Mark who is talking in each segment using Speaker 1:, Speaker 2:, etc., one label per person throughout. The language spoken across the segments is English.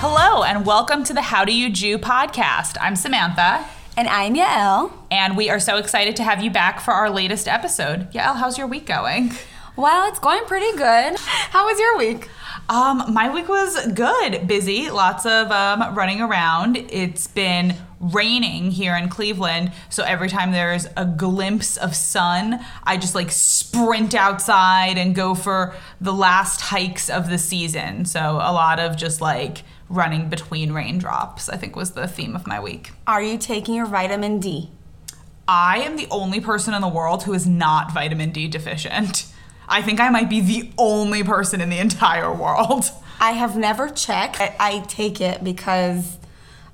Speaker 1: and welcome to the How Do You Jew podcast. I'm Samantha,
Speaker 2: And I'm Yael.
Speaker 1: and we are so excited to have you back for our latest episode. Yeah, how's your week going?
Speaker 2: Well, it's going pretty good. How was your week?
Speaker 1: Um, my week was good, busy, lots of um, running around. It's been raining here in Cleveland, so every time there's a glimpse of sun, I just like sprint outside and go for the last hikes of the season. So a lot of just like running between raindrops, I think was the theme of my week.
Speaker 2: Are you taking your vitamin D?
Speaker 1: I am the only person in the world who is not vitamin D deficient. I think I might be the only person in the entire world.
Speaker 2: I have never checked. I, I take it because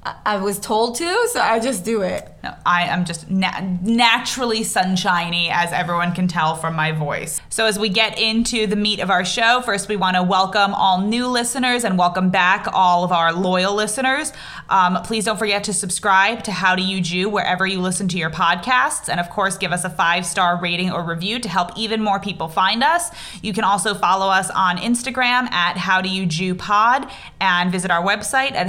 Speaker 2: I, I was told to, so I just do it.
Speaker 1: No, I am just na- naturally sunshiny, as everyone can tell from my voice. So, as we get into the meat of our show, first we want to welcome all new listeners and welcome back all of our loyal listeners. Um, please don't forget to subscribe to How Do You Jew wherever you listen to your podcasts. And of course, give us a five star rating or review to help even more people find us. You can also follow us on Instagram at How Do You Jew Pod and visit our website at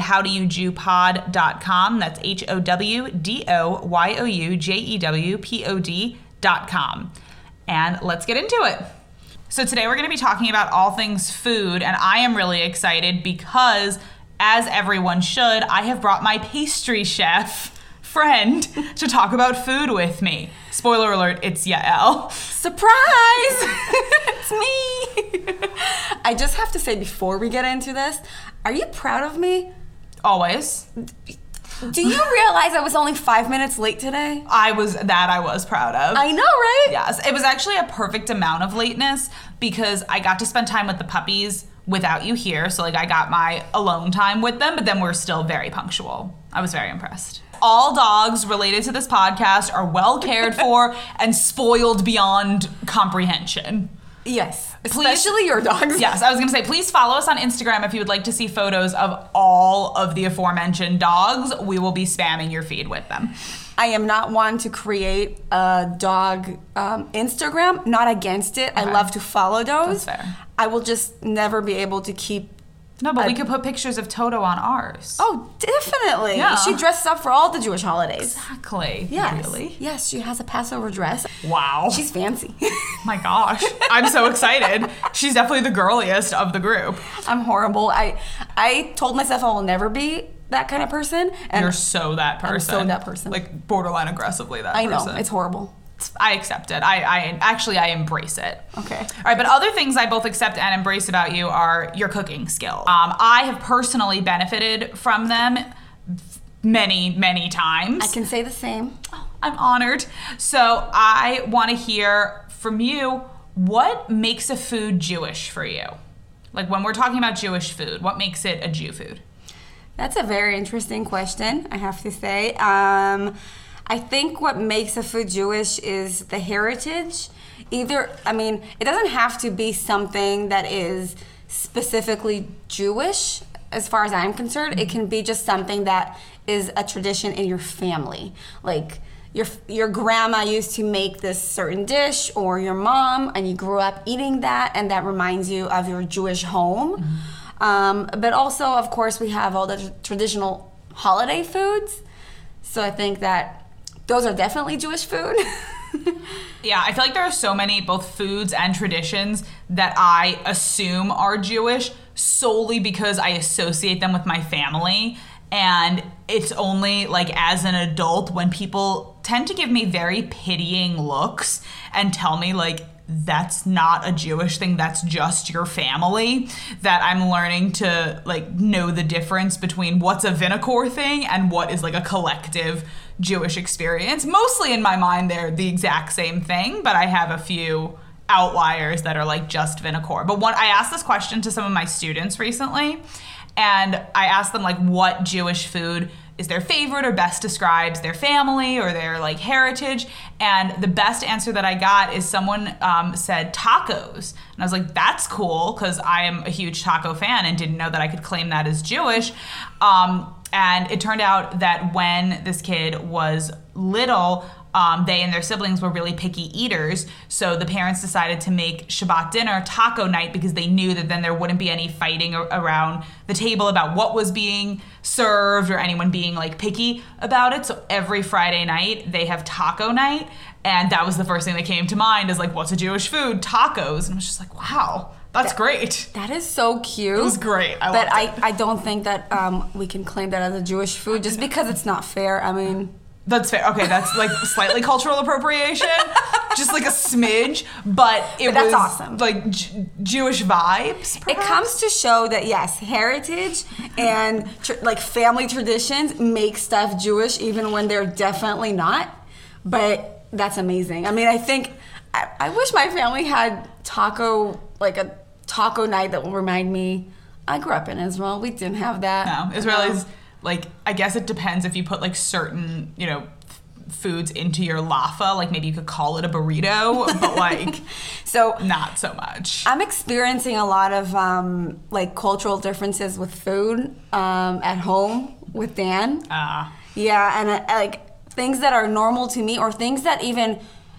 Speaker 1: howdoyoujewpod.com. That's H O W D O Y O U J E W P O D.com. And let's get into it. So, today we're going to be talking about all things food, and I am really excited because, as everyone should, I have brought my pastry chef friend to talk about food with me. Spoiler alert, it's Yael.
Speaker 2: Surprise! it's me! I just have to say before we get into this, are you proud of me?
Speaker 1: Always.
Speaker 2: Do you realize I was only five minutes late today?
Speaker 1: I was that I was proud of.
Speaker 2: I know, right?
Speaker 1: yes, it was actually a perfect amount of lateness because I got to spend time with the puppies without you here. So like I got my alone time with them, but then we're still very punctual. I was very impressed. All dogs related to this podcast are well cared for and spoiled beyond comprehension.
Speaker 2: Yes. Especially your dogs.
Speaker 1: Yes, I was gonna say, please follow us on Instagram if you would like to see photos of all of the aforementioned dogs. We will be spamming your feed with them.
Speaker 2: I am not one to create a dog um, Instagram. Not against it. I
Speaker 1: Okay.
Speaker 2: love to follow those.
Speaker 1: That's fair.
Speaker 2: I will just never be able to keep.
Speaker 1: No, but we could put pictures of Toto on ours.
Speaker 2: Oh, definitely.
Speaker 1: Yeah.
Speaker 2: She dresses up for all the Jewish holidays.
Speaker 1: Exactly.
Speaker 2: Yes.
Speaker 1: Really?
Speaker 2: Yes, she has a Passover dress.
Speaker 1: Wow.
Speaker 2: She's fancy.
Speaker 1: my gosh. I'm so excited. She's definitely the girliest of the group.
Speaker 2: I'm horrible. I I told myself I will never be that kind of person, and
Speaker 1: You're so that person.
Speaker 2: so that person.
Speaker 1: Like borderline aggressively that
Speaker 2: I know
Speaker 1: person.
Speaker 2: it's horrible.
Speaker 1: I accept it. I, I actually I embrace it.
Speaker 2: Okay.
Speaker 1: All right, but other things I both accept and embrace about you are your cooking skill. Um, I have personally benefited from them many, many times.
Speaker 2: I can say the same.
Speaker 1: I'm honored. So I want to hear from you what makes a food Jewish for you? Like when we're talking about Jewish food, what makes it a Jew food?
Speaker 2: That's a very interesting question, I have to say. Um, I think what makes a food Jewish is the heritage. Either, I mean, it doesn't have to be something that is specifically Jewish, as far as I'm concerned. It can be just something that is a tradition in your family. Like, your, your grandma used to make this certain dish or your mom and you grew up eating that and that reminds you of your jewish home um, but also of course we have all the tr- traditional holiday foods so i think that those are definitely jewish food
Speaker 1: Yeah, I feel like there are so many both foods and traditions that I assume are Jewish solely because I associate them with my family. And it's only like as an adult when people tend to give me very pitying looks and tell me, like, that's not a Jewish thing, that's just your family, that I'm learning to like know the difference between what's a vinegar thing and what is like a collective Jewish experience. Mostly in my mind, they're the exact same thing, but I have a few outliers that are like just vinegar. But one, I asked this question to some of my students recently, and I asked them like what Jewish food is their favorite or best describes their family or their like heritage. And the best answer that I got is someone um, said tacos, and I was like, that's cool because I am a huge taco fan and didn't know that I could claim that as Jewish. Um, and it turned out that when this kid was little, um, they and their siblings were really picky eaters. So the parents decided to make Shabbat dinner taco night because they knew that then there wouldn't be any fighting a- around the table about what was being served or anyone being like picky about it. So every Friday night they have taco night. And that was the first thing that came to mind is like, what's a Jewish food? Tacos. And I was just like, wow, that's great.
Speaker 2: That is so cute. It
Speaker 1: was great. I loved
Speaker 2: but I,
Speaker 1: it.
Speaker 2: I don't think that um, we can claim that as a Jewish food just because it's not fair. I mean,
Speaker 1: That's fair. Okay, that's like slightly cultural appropriation, just like a smidge, but it
Speaker 2: But that's
Speaker 1: was
Speaker 2: awesome.
Speaker 1: like J- Jewish vibes.
Speaker 2: it
Speaker 1: perhaps?
Speaker 2: comes to show that yes, heritage and tr- like family traditions make stuff Jewish even when they're definitely not. But that's amazing. I mean, I think I, I wish my family had taco like a taco night that will remind me. I grew up in Israel. We didn't have that.
Speaker 1: No,
Speaker 2: No.
Speaker 1: Israelis like I guess it depends if you put like certain you know f- foods into your lafa. Like maybe you could call it a burrito, but like
Speaker 2: Um, So
Speaker 1: not so much.
Speaker 2: I'm experiencing a lot of um, like cultural differences with food um, at home with Dan.
Speaker 1: Uh,
Speaker 2: Yeah, and uh, like things that are normal to me or things that even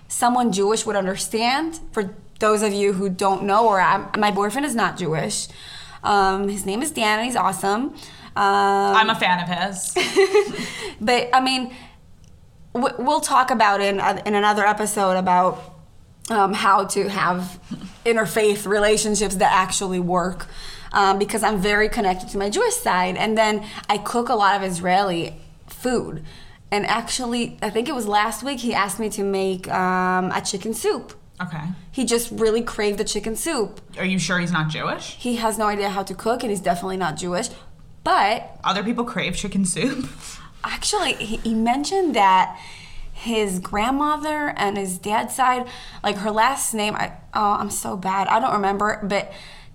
Speaker 2: someone Jewish would understand. For those of you who don't know, or I'm, my boyfriend is not Jewish. Um, his name is Dan, and he's awesome. Um,
Speaker 1: I'm a fan of his.
Speaker 2: but I mean, w- we'll talk about in uh, in another episode about um, how to have interfaith relationships that actually work. Um, because I'm very connected to my Jewish side, and then I cook a lot of Israeli food. And actually, I think it was last week he asked me to make um, a chicken soup.
Speaker 1: Okay.
Speaker 2: He just really craved the chicken soup.
Speaker 1: Are you sure he's not Jewish?
Speaker 2: He has no idea how to cook, and he's definitely not Jewish. But
Speaker 1: Other people crave chicken soup.
Speaker 2: actually he, he mentioned that his grandmother and his dad's side like her last name i oh i'm so bad i don't remember but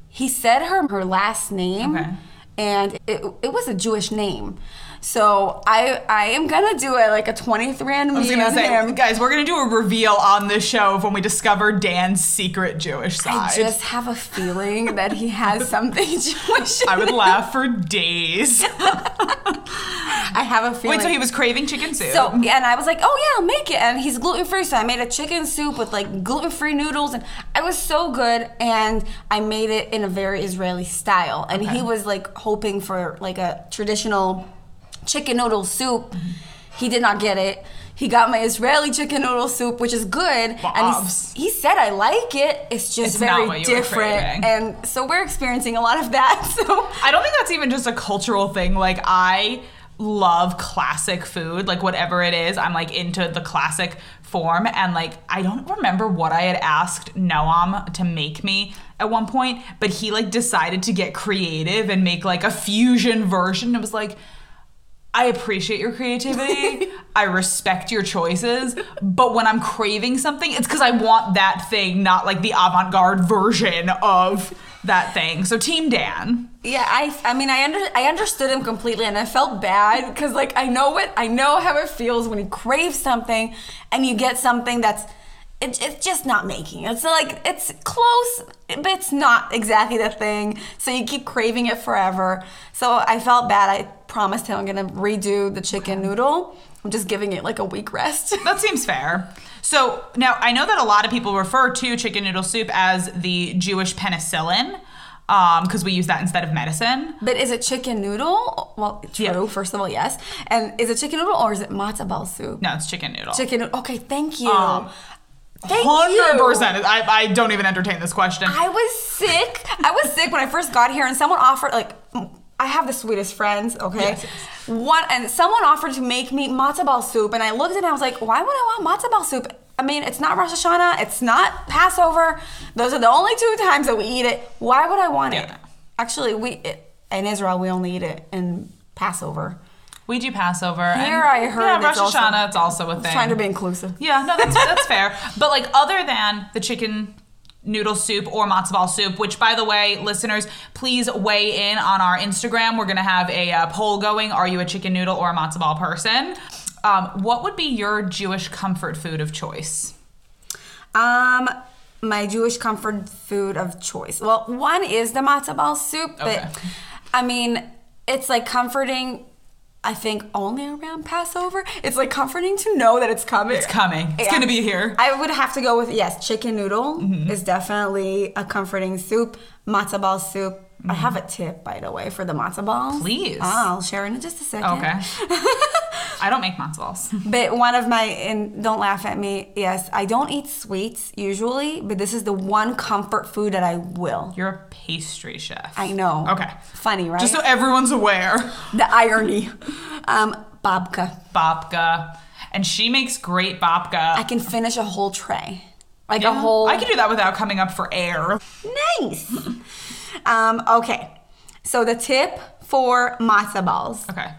Speaker 2: he said her her last name
Speaker 1: Okay.
Speaker 2: and it, it was a jewish name so i i am gonna do a like a 23 and
Speaker 1: I was gonna say, guys, we're gonna do a reveal on this show of when we discover Dan's secret Jewish side.
Speaker 2: i just have a feeling that he has something jewish
Speaker 1: I would laugh for days.
Speaker 2: i have a feeling
Speaker 1: Wait, so he was craving chicken soup?
Speaker 2: So and I was like, oh yeah, I'll make it. And he's gluten free, so I made a chicken soup with like gluten free noodles, and I was so good. And I made it in a very Israeli style, and he was like hoping for like a traditional chicken noodle soup. He did not get it. He got my Israeli chicken noodle soup, which is good, and he,
Speaker 1: Bob's.
Speaker 2: s- he said I like it. It's just
Speaker 1: It's not
Speaker 2: very
Speaker 1: what you were
Speaker 2: different,
Speaker 1: craving.
Speaker 2: and so we're experiencing a lot of that. So
Speaker 1: I don't think that's even just a cultural thing. Like I love classic food, like whatever it is, I'm like into the classic form and like I don't remember what I had asked Noam to make me at one point, but he like decided to get creative and make like a fusion version. It was like I appreciate your creativity. I respect your choices, but when I'm craving something, it's because I want that thing, not like the avant-garde version of that thing. So, Team Dan.
Speaker 2: Yeah, I I mean I under I understood him completely and I felt bad because like I know what I know how it feels when you crave something and you get something that's it, it's just not making it. It's like it's close, but it's not exactly the thing. So you keep craving it forever. So I felt bad. I promised him I'm gonna redo the chicken noodle. I'm just giving it like a week rest.
Speaker 1: That seems fair. So now I know that a lot of people refer to chicken noodle soup as the Jewish penicillin because we use that instead of medicine.
Speaker 2: but is it chicken noodle? Well, true.
Speaker 1: Yeah.
Speaker 2: First of all, yes. And is it chicken noodle or is it matzo ball soup?
Speaker 1: No, it's chicken noodle.
Speaker 2: Chicken. Okay, thank you.
Speaker 1: Um,
Speaker 2: thank
Speaker 1: Hundred
Speaker 2: you.
Speaker 1: percent. I, I don't even entertain this question.
Speaker 2: I was sick. I was sick when I first got here, and someone offered like. I have the sweetest friends, okay?
Speaker 1: Yes, yes.
Speaker 2: One and someone offered to make me matzo ball soup, and I looked at it and I was like, why would I want matzo ball soup? I mean, it's not Rosh Hashanah, it's not Passover. Those are the only two times that we eat it. Why would I want it?
Speaker 1: Yeah.
Speaker 2: Actually, we it, in Israel we only eat it in Passover.
Speaker 1: we do Passover.
Speaker 2: Here
Speaker 1: and,
Speaker 2: I heard
Speaker 1: Yeah, Rosh
Speaker 2: it's also-
Speaker 1: Hashanah. it's also a thing.
Speaker 2: Trying to be inclusive.
Speaker 1: Yeah, no, that's that's fair. But like other than the chicken noodle soup or matzo ball soup, which by the way, listeners, please weigh in on our Instagram. We're gonna have a uh, poll going. Are you a chicken noodle or a matzo ball person? Um, what would be your Jewish comfort food of choice?
Speaker 2: Um, my Jewish comfort food of choice. Well, one is the matzo ball soup, but
Speaker 1: Okay.
Speaker 2: I mean, it's like comforting I think only around Passover. It's like comforting to know that it's coming.
Speaker 1: It's coming. It's
Speaker 2: Yeah.
Speaker 1: gonna be here. Mm-hmm.
Speaker 2: I would have to go with yes, chicken noodle is definitely a comforting soup. Matzo ball soup. I have a tip by the way for the matzo balls.
Speaker 1: Mm-hmm.
Speaker 2: Ah,
Speaker 1: Please.
Speaker 2: I'll share in just a second.
Speaker 1: Okay. I don't make matzo balls.
Speaker 2: But one of my and don't laugh at me. Yes, I don't eat sweets usually, but this is the one comfort food that I will.
Speaker 1: You're a pastry chef.
Speaker 2: I know.
Speaker 1: Okay.
Speaker 2: Funny, right?
Speaker 1: Just so everyone's aware,
Speaker 2: the irony. Um, babka.
Speaker 1: babka, and she makes great babka.
Speaker 2: I can finish a whole tray. Like a
Speaker 1: Yeah.
Speaker 2: whole
Speaker 1: I can do that without coming up for air.
Speaker 2: nice. um, okay. So the tip for matzo balls.
Speaker 1: Okay.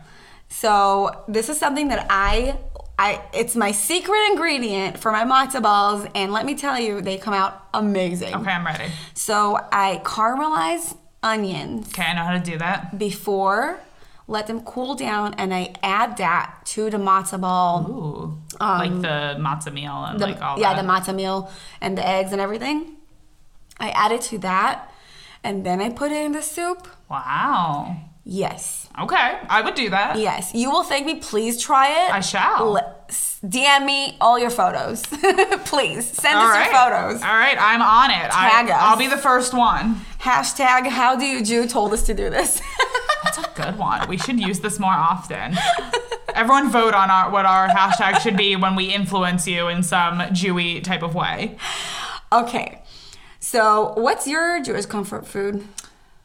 Speaker 2: So this is something that I I it's my secret ingredient for my matzo balls and let me tell you they come out amazing.
Speaker 1: Okay, I'm ready.
Speaker 2: So I caramelize onions
Speaker 1: Okay, I know how to do that.
Speaker 2: before, let them cool down, and I add that to the matzo ball.
Speaker 1: Ooh, like the matzo meal and
Speaker 2: Um, the-
Speaker 1: like all
Speaker 2: yeah,
Speaker 1: that.
Speaker 2: the matzo meal and the eggs and everything. I add it to that, and then I put it in the soup.
Speaker 1: wow.
Speaker 2: Yes,
Speaker 1: Okay, I would do that.
Speaker 2: yes. You will thank me. Please try it.
Speaker 1: I shall.
Speaker 2: Le- s- DM me all your photos, please. Send
Speaker 1: All
Speaker 2: us
Speaker 1: right.
Speaker 2: your photos.
Speaker 1: All right, I'm on it.
Speaker 2: Tag
Speaker 1: I,
Speaker 2: us.
Speaker 1: I'll be the first one.
Speaker 2: Hashtag How do you Jew told us to do this.
Speaker 1: That's a good one. We should use this more often. Everyone vote on our, what our hashtag should be when we influence you in some Jewy type of way.
Speaker 2: okay, so what's your Jewish comfort food?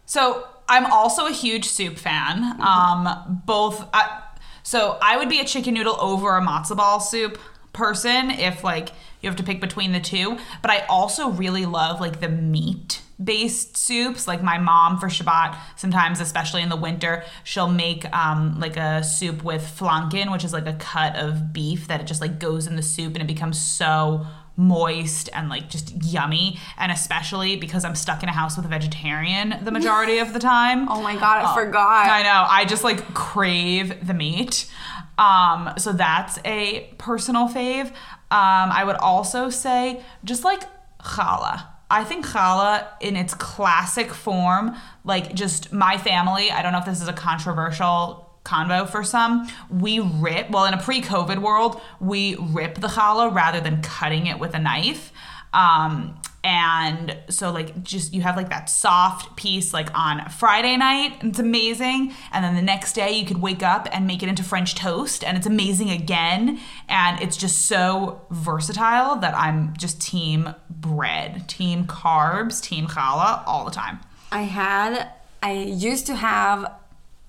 Speaker 1: So I'm also a huge soup fan. Um, both. I, so I would be a chicken noodle over a matzo ball soup person if like you have to pick between the two. But I also really love like the meat based soups. Like my mom for Shabbat sometimes, especially in the winter, she'll make um, like a soup with flanken, which is like a cut of beef that it just like goes in the soup and it becomes so moist and like just yummy and especially because i'm stuck in a house with a vegetarian the majority of the time
Speaker 2: Oh my god, I forgot.
Speaker 1: I know. I just like crave the meat. Um, so that's a personal fave. Um, I would also say just like challah. I think challah in its classic form, like just my family, I don't know if this is a controversial convo for some, we rip, well, in a pre COVID world, we rip the challah rather than cutting it with a knife. Um, and so like just you have like that soft piece like on Friday night and it's amazing and then the next day you could wake up and make it into french toast and it's amazing again and it's just so versatile that I'm just team bread, team carbs, team challah all the time.
Speaker 2: I had, I used to have,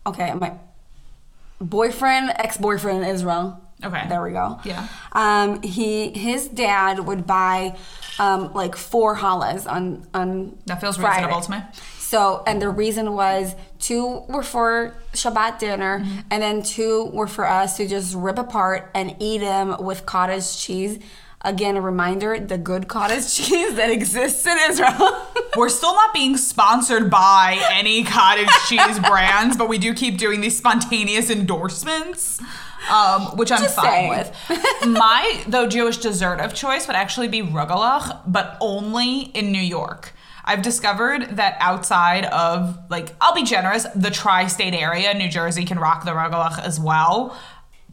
Speaker 2: okay, my boyfriend, ex boyfriend is wrong.
Speaker 1: Okay.
Speaker 2: There we go.
Speaker 1: Yeah.
Speaker 2: Um, he, his dad would buy, um, like four challahs on, on.
Speaker 1: That feels
Speaker 2: Friday.
Speaker 1: reasonable to me.
Speaker 2: So, and the reason was two were for Shabbat dinner,
Speaker 1: Mm-hmm.
Speaker 2: and then two were for us to just rip apart and eat them with cottage cheese. Again, a reminder the good cottage cheese that exists in Israel.
Speaker 1: We're still not being sponsored by any cottage cheese brands, but we do keep doing these spontaneous endorsements, um, which I'm
Speaker 2: Just
Speaker 1: fine
Speaker 2: saying.
Speaker 1: with. My though Jewish dessert of choice would actually be rugelach, but only in New York. I've discovered that outside of like I'll be generous, the tri-state area, New Jersey can rock the rugelach as well.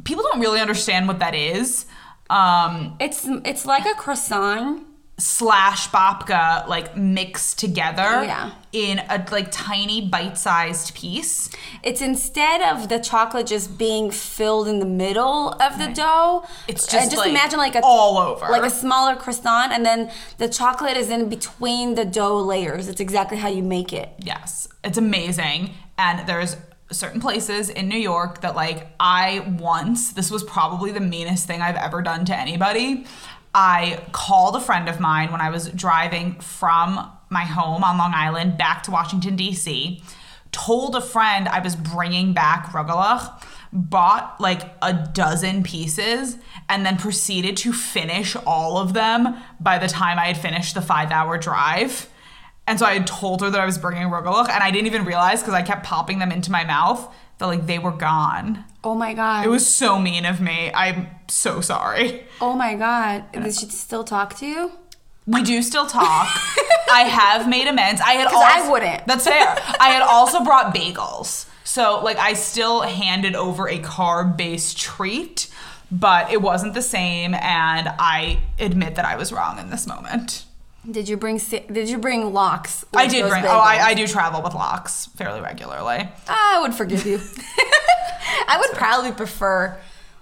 Speaker 1: People don't really understand what that is. Um,
Speaker 2: It's it's like a croissant.
Speaker 1: slash babka like mixed together
Speaker 2: Oh, Yeah.
Speaker 1: in a like tiny bite-sized piece.
Speaker 2: It's instead of the chocolate just being filled in the middle of the dough.
Speaker 1: It's
Speaker 2: uh,
Speaker 1: just,
Speaker 2: just
Speaker 1: like,
Speaker 2: imagine like a
Speaker 1: all over.
Speaker 2: like a smaller croissant, and then the chocolate is in between the dough layers. It's exactly how you make it.
Speaker 1: Yes, it's amazing. And there's certain places in New York that like I once this was probably the meanest thing I've ever done to anybody. I called a friend of mine when I was driving from my home on Long Island back to Washington D.C. Told a friend I was bringing back rugelach, bought like a dozen pieces, and then proceeded to finish all of them by the time I had finished the five-hour drive. And so I had told her that I was bringing rugelach, and I didn't even realize because I kept popping them into my mouth that like they were gone.
Speaker 2: Oh my god!
Speaker 1: It was so mean of me. I'm so sorry.
Speaker 2: oh my god! Did she still talk to you?
Speaker 1: We do still talk. I have made amends. I had
Speaker 2: 'Cause I
Speaker 1: also-
Speaker 2: wouldn't.
Speaker 1: That's fair. I had also brought bagels. So like I still handed over a carb based treat, but it wasn't the same, and I admit that I was wrong in this moment.
Speaker 2: Did you bring si- Did you bring locks? with
Speaker 1: I did
Speaker 2: those
Speaker 1: bring.
Speaker 2: bagels?
Speaker 1: Oh, I, I do travel with locks fairly regularly.
Speaker 2: I would forgive you. I would probably prefer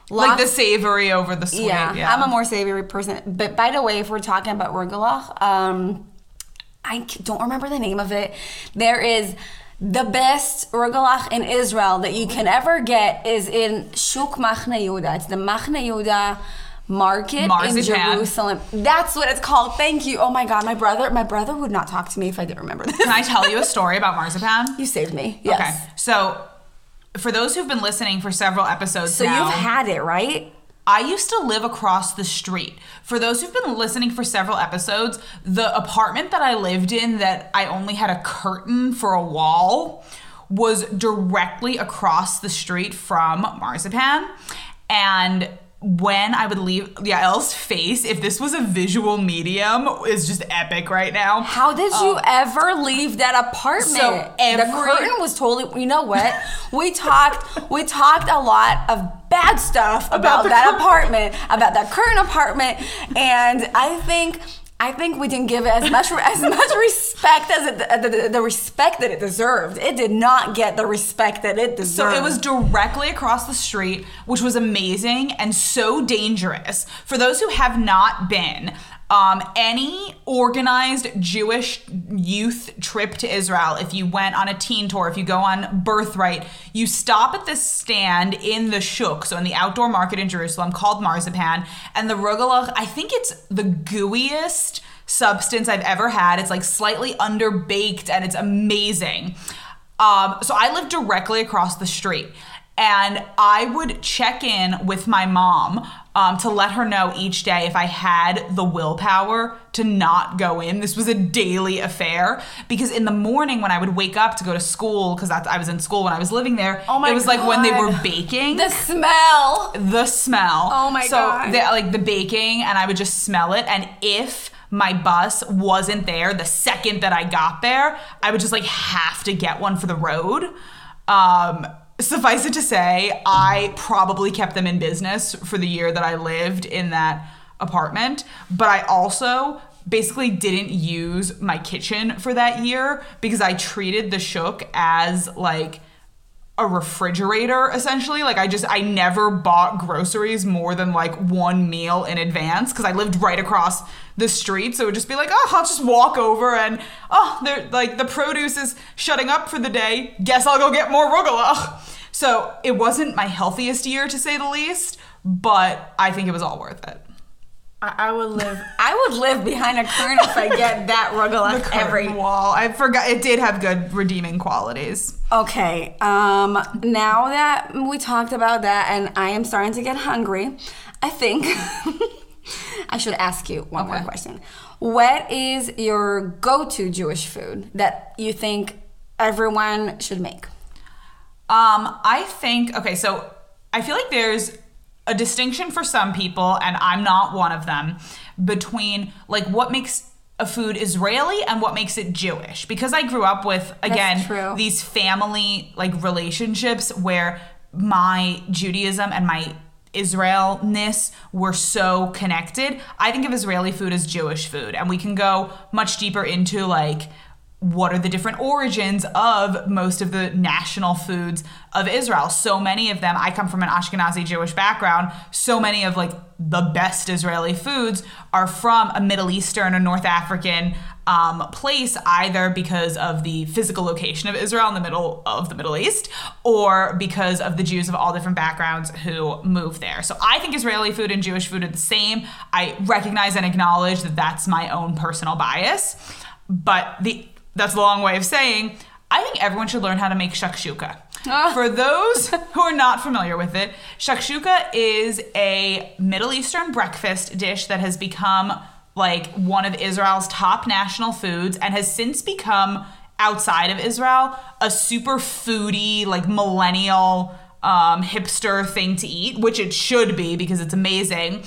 Speaker 2: locks.
Speaker 1: Like the savory over the sweet.
Speaker 2: yeah,
Speaker 1: Yeah,
Speaker 2: I'm a more savory person. But by the way, if we're talking about rugelach, um, I c- don't remember the name of it. There is the best rugelach in Israel that you can ever get is in Shuk Machne Yehuda. It's the Machne Yehuda market in
Speaker 1: Marzipan.
Speaker 2: Jerusalem. That's what it's called. Thank you. Oh my God, my brother, my brother would not talk to me if I didn't remember this.
Speaker 1: Can I tell you a story about marzipan?
Speaker 2: You saved me. Yes.
Speaker 1: Okay. So, for those who've been listening for several episodes
Speaker 2: So
Speaker 1: now,
Speaker 2: you've had it, right?
Speaker 1: I used to live across the street. For those who've been listening for several episodes, the apartment that I lived in that I only had a curtain for a wall was directly across the street from Marzipan. And when I would leave, Yael's face, if this was a visual medium, is just epic right now.
Speaker 2: How did you ever leave that apartment?
Speaker 1: Oh. So
Speaker 2: the
Speaker 1: every-
Speaker 2: curtain was totally. You know what? we talked. We talked a lot of bad stuff about,
Speaker 1: the
Speaker 2: that
Speaker 1: curtain.
Speaker 2: apartment, about that curtain apartment, and I think. I think we didn't give it as much as much respect as it, the, the, the respect that it deserved. It did not get the respect that it
Speaker 1: So
Speaker 2: deserved.
Speaker 1: it was directly across the street, which was amazing and so dangerous. For those who have not been, um, any organized Jewish youth trip to Israel, if you went on a teen tour, if you go on Birthright, you stop at this stand in the Shuk, so in the outdoor market in Jerusalem called Marzipan, and the Rogalach, I think it's the gooeyest substance I've ever had. It's like slightly underbaked and it's amazing. Um, so I lived directly across the street, and I would check in with my mom um, to let her know each day if I had the willpower to not go in. This was a daily affair because in the morning when I would wake up to go to school, because I was in school when I was living there,
Speaker 2: Oh my
Speaker 1: it was like when they were
Speaker 2: God.
Speaker 1: baking
Speaker 2: the smell.
Speaker 1: the smell.
Speaker 2: Oh my
Speaker 1: so
Speaker 2: God.
Speaker 1: the- like the baking, and I would just smell it. And if my bus wasn't there the second that I got there, I would just like have to get one for the road. Um, suffice it to say, I probably kept them in business for the year that I lived in that apartment, but I also basically didn't use my kitchen for that year because I treated the shook as like a refrigerator essentially like i just i never bought groceries more than like one meal in advance because i lived right across the street so it would just be like oh i'll just walk over and oh they're like the produce is shutting up for the day guess i'll go get more rugula so it wasn't my healthiest year to say the least but i think it was all worth it
Speaker 2: I, I would live. I would live behind a curtain if I get that rugelach every
Speaker 1: Curtain wall i forgot it did have good redeeming qualities
Speaker 2: Okay, um, now that we talked about that and I am starting to get hungry, I think I should ask you one more
Speaker 1: Okay.
Speaker 2: question. What is your go to Jewish food that you think everyone should make?
Speaker 1: Um, I think okay, so I feel like there's a distinction for some people, and I'm not one of them, between like what makes a food Israeli and what makes it Jewish. Because I grew up with again
Speaker 2: true.
Speaker 1: these family like relationships where my Judaism and my Israelness were so connected. I think of Israeli food as Jewish food, and we can go much deeper into like what are the different origins of most of the national foods of Israel? So many of them, I come from an Ashkenazi Jewish background, so many of like the best Israeli foods are from a Middle Eastern or North African um, place, either because of the physical location of Israel in the middle of the Middle East or because of the Jews of all different backgrounds who move there. So I think Israeli food and Jewish food are the same. I recognize and acknowledge that that's my own personal bias. But the that's a long way of saying I think everyone should learn how to make shakshuka. For those who are not familiar with it, shakshuka is a Middle Eastern breakfast dish that has become like one of Israel's top national foods and has since become outside of Israel a super foodie, like millennial um, hipster thing to eat, which it should be because it's amazing.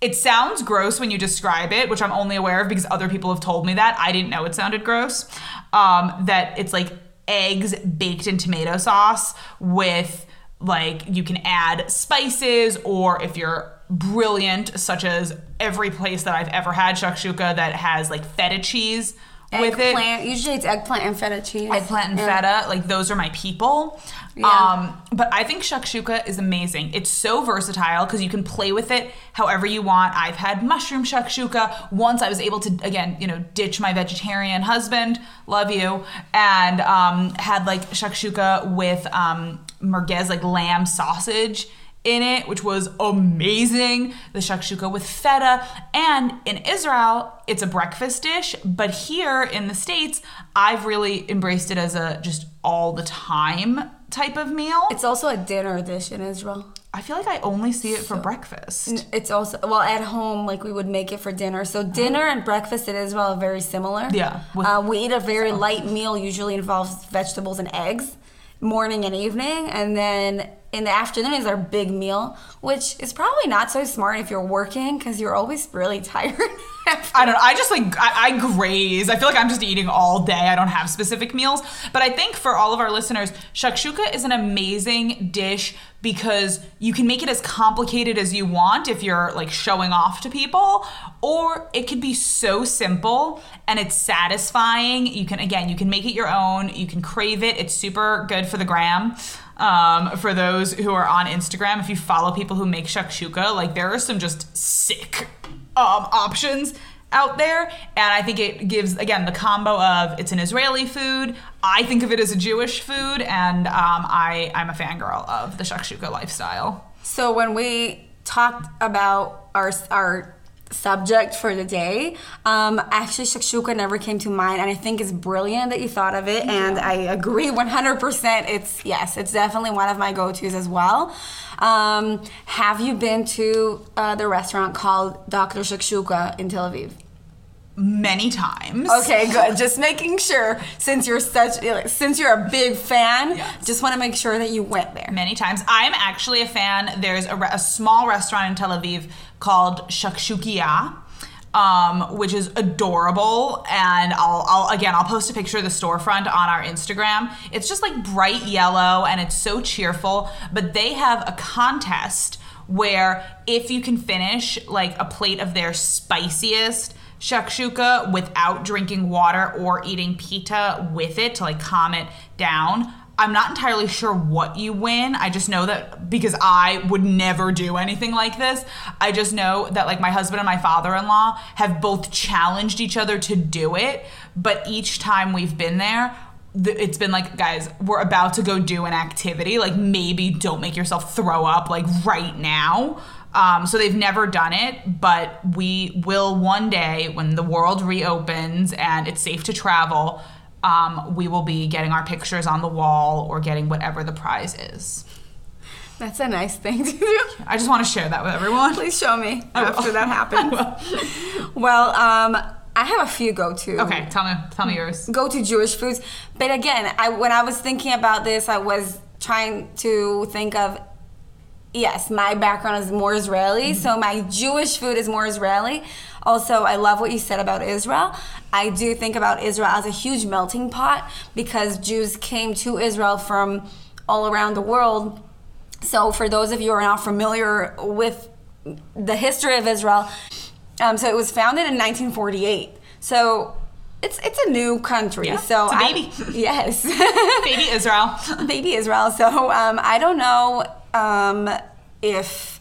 Speaker 1: It sounds gross when you describe it, which I'm only aware of because other people have told me that. I didn't know it sounded gross. Um, that it's like eggs baked in tomato sauce with like you can add spices or if you're brilliant such as every place that I've ever had shakshuka that has like feta cheese with it
Speaker 2: Eggplant. Usually it's eggplant and feta cheese.
Speaker 1: eggplant and
Speaker 2: Yeah.
Speaker 1: feta like those are my people
Speaker 2: Yeah.
Speaker 1: um but i think shakshuka is amazing it's so versatile because you can play with it however you want i've had mushroom shakshuka once i was able to again you know ditch my vegetarian husband love you and um had like shakshuka with um merguez like lamb sausage in it, which was amazing. The shakshuka with feta. And in Israel, it's a breakfast dish, but here in the States, I've really embraced it as a just all the time type of meal.
Speaker 2: It's also a dinner dish in Israel.
Speaker 1: I feel like I only see it for breakfast.
Speaker 2: It's also well at home, like we would make it for dinner. So dinner and breakfast in Israel are very similar.
Speaker 1: Uh-huh. Yeah, with-
Speaker 2: Uh, we eat a very light meal. Usually involves vegetables and eggs, morning and evening, and then in the afternoon is our big meal, which is probably not so smart if you're working because you're always really tired. after.
Speaker 1: I don't know. I just like I, I graze. I feel like I'm just eating all day. I don't have specific meals, but I think for all of our listeners, shakshuka is an amazing dish because you can make it as complicated as you want if you're like showing off to people, or it could be so simple and it's satisfying. You can again, you can make it your own. You can crave it. It's super good for the gram. Um, for those who are on Instagram, if you follow people who make shakshuka, like there are some just sick um, options out there. And I think it gives, again, the combo of it's an Israeli food. I think of it as a Jewish food. And um, I, I'm a fangirl of the shakshuka lifestyle.
Speaker 2: So when we talked about our our subject for the day, um, actually shakshuka never came to mind, and I think it's brilliant that you thought of it, and I agree 100%. It's yes, it's definitely one of my go-tos as well. Um, have you been to uh, the restaurant called Dr. Shakshuka in Tel Aviv?
Speaker 1: Many times.
Speaker 2: Okay, good. Just making sure, since you're such, since you're a big fan,
Speaker 1: Yes.
Speaker 2: just want to make sure that you went there.
Speaker 1: Many times. I'm actually a fan. There's a, re- a small restaurant in Tel Aviv called Shakshukia. Um, which is adorable, and I'll, I'll again I'll post a picture of the storefront on our Instagram. It's just like bright yellow, and it's so cheerful. But they have a contest where if you can finish like a plate of their spiciest shakshuka without drinking water or eating pita with it to like calm it down. I'm not entirely sure what you win. I just know that because I would never do anything like this. I just know that like my husband and my father-in-law have both challenged each other to do it, but each time we've been there, th- it's been like guys, we're about to go do an activity, like maybe don't make yourself throw up like right now. Um, so they've never done it, but we will one day when the world reopens and it's safe to travel. Um, we will be getting our pictures on the wall or getting whatever the prize is.
Speaker 2: That's a nice thing to do.
Speaker 1: I just want to share that with everyone.
Speaker 2: Please show me
Speaker 1: will.
Speaker 2: after that happens. well, um, I have a few go-to.
Speaker 1: Okay, tell me, tell me yours.
Speaker 2: Go-to Jewish foods, but again, I when I was thinking about this, I was trying to think of. Yes, my background is more Israeli,
Speaker 1: Mm-hmm.
Speaker 2: so my Jewish food is more Israeli. Also, I love what you said about Israel. I do think about Israel as a huge melting pot because Jews came to Israel from all around the world so, for those of you who are not familiar with the history of Israel, um, so it was founded in 1948. So, it's it's a new country.
Speaker 1: Yeah,
Speaker 2: so,
Speaker 1: it's a
Speaker 2: I-
Speaker 1: baby.
Speaker 2: yes,
Speaker 1: Baby Israel.
Speaker 2: baby Israel. So, um, I don't know um, if.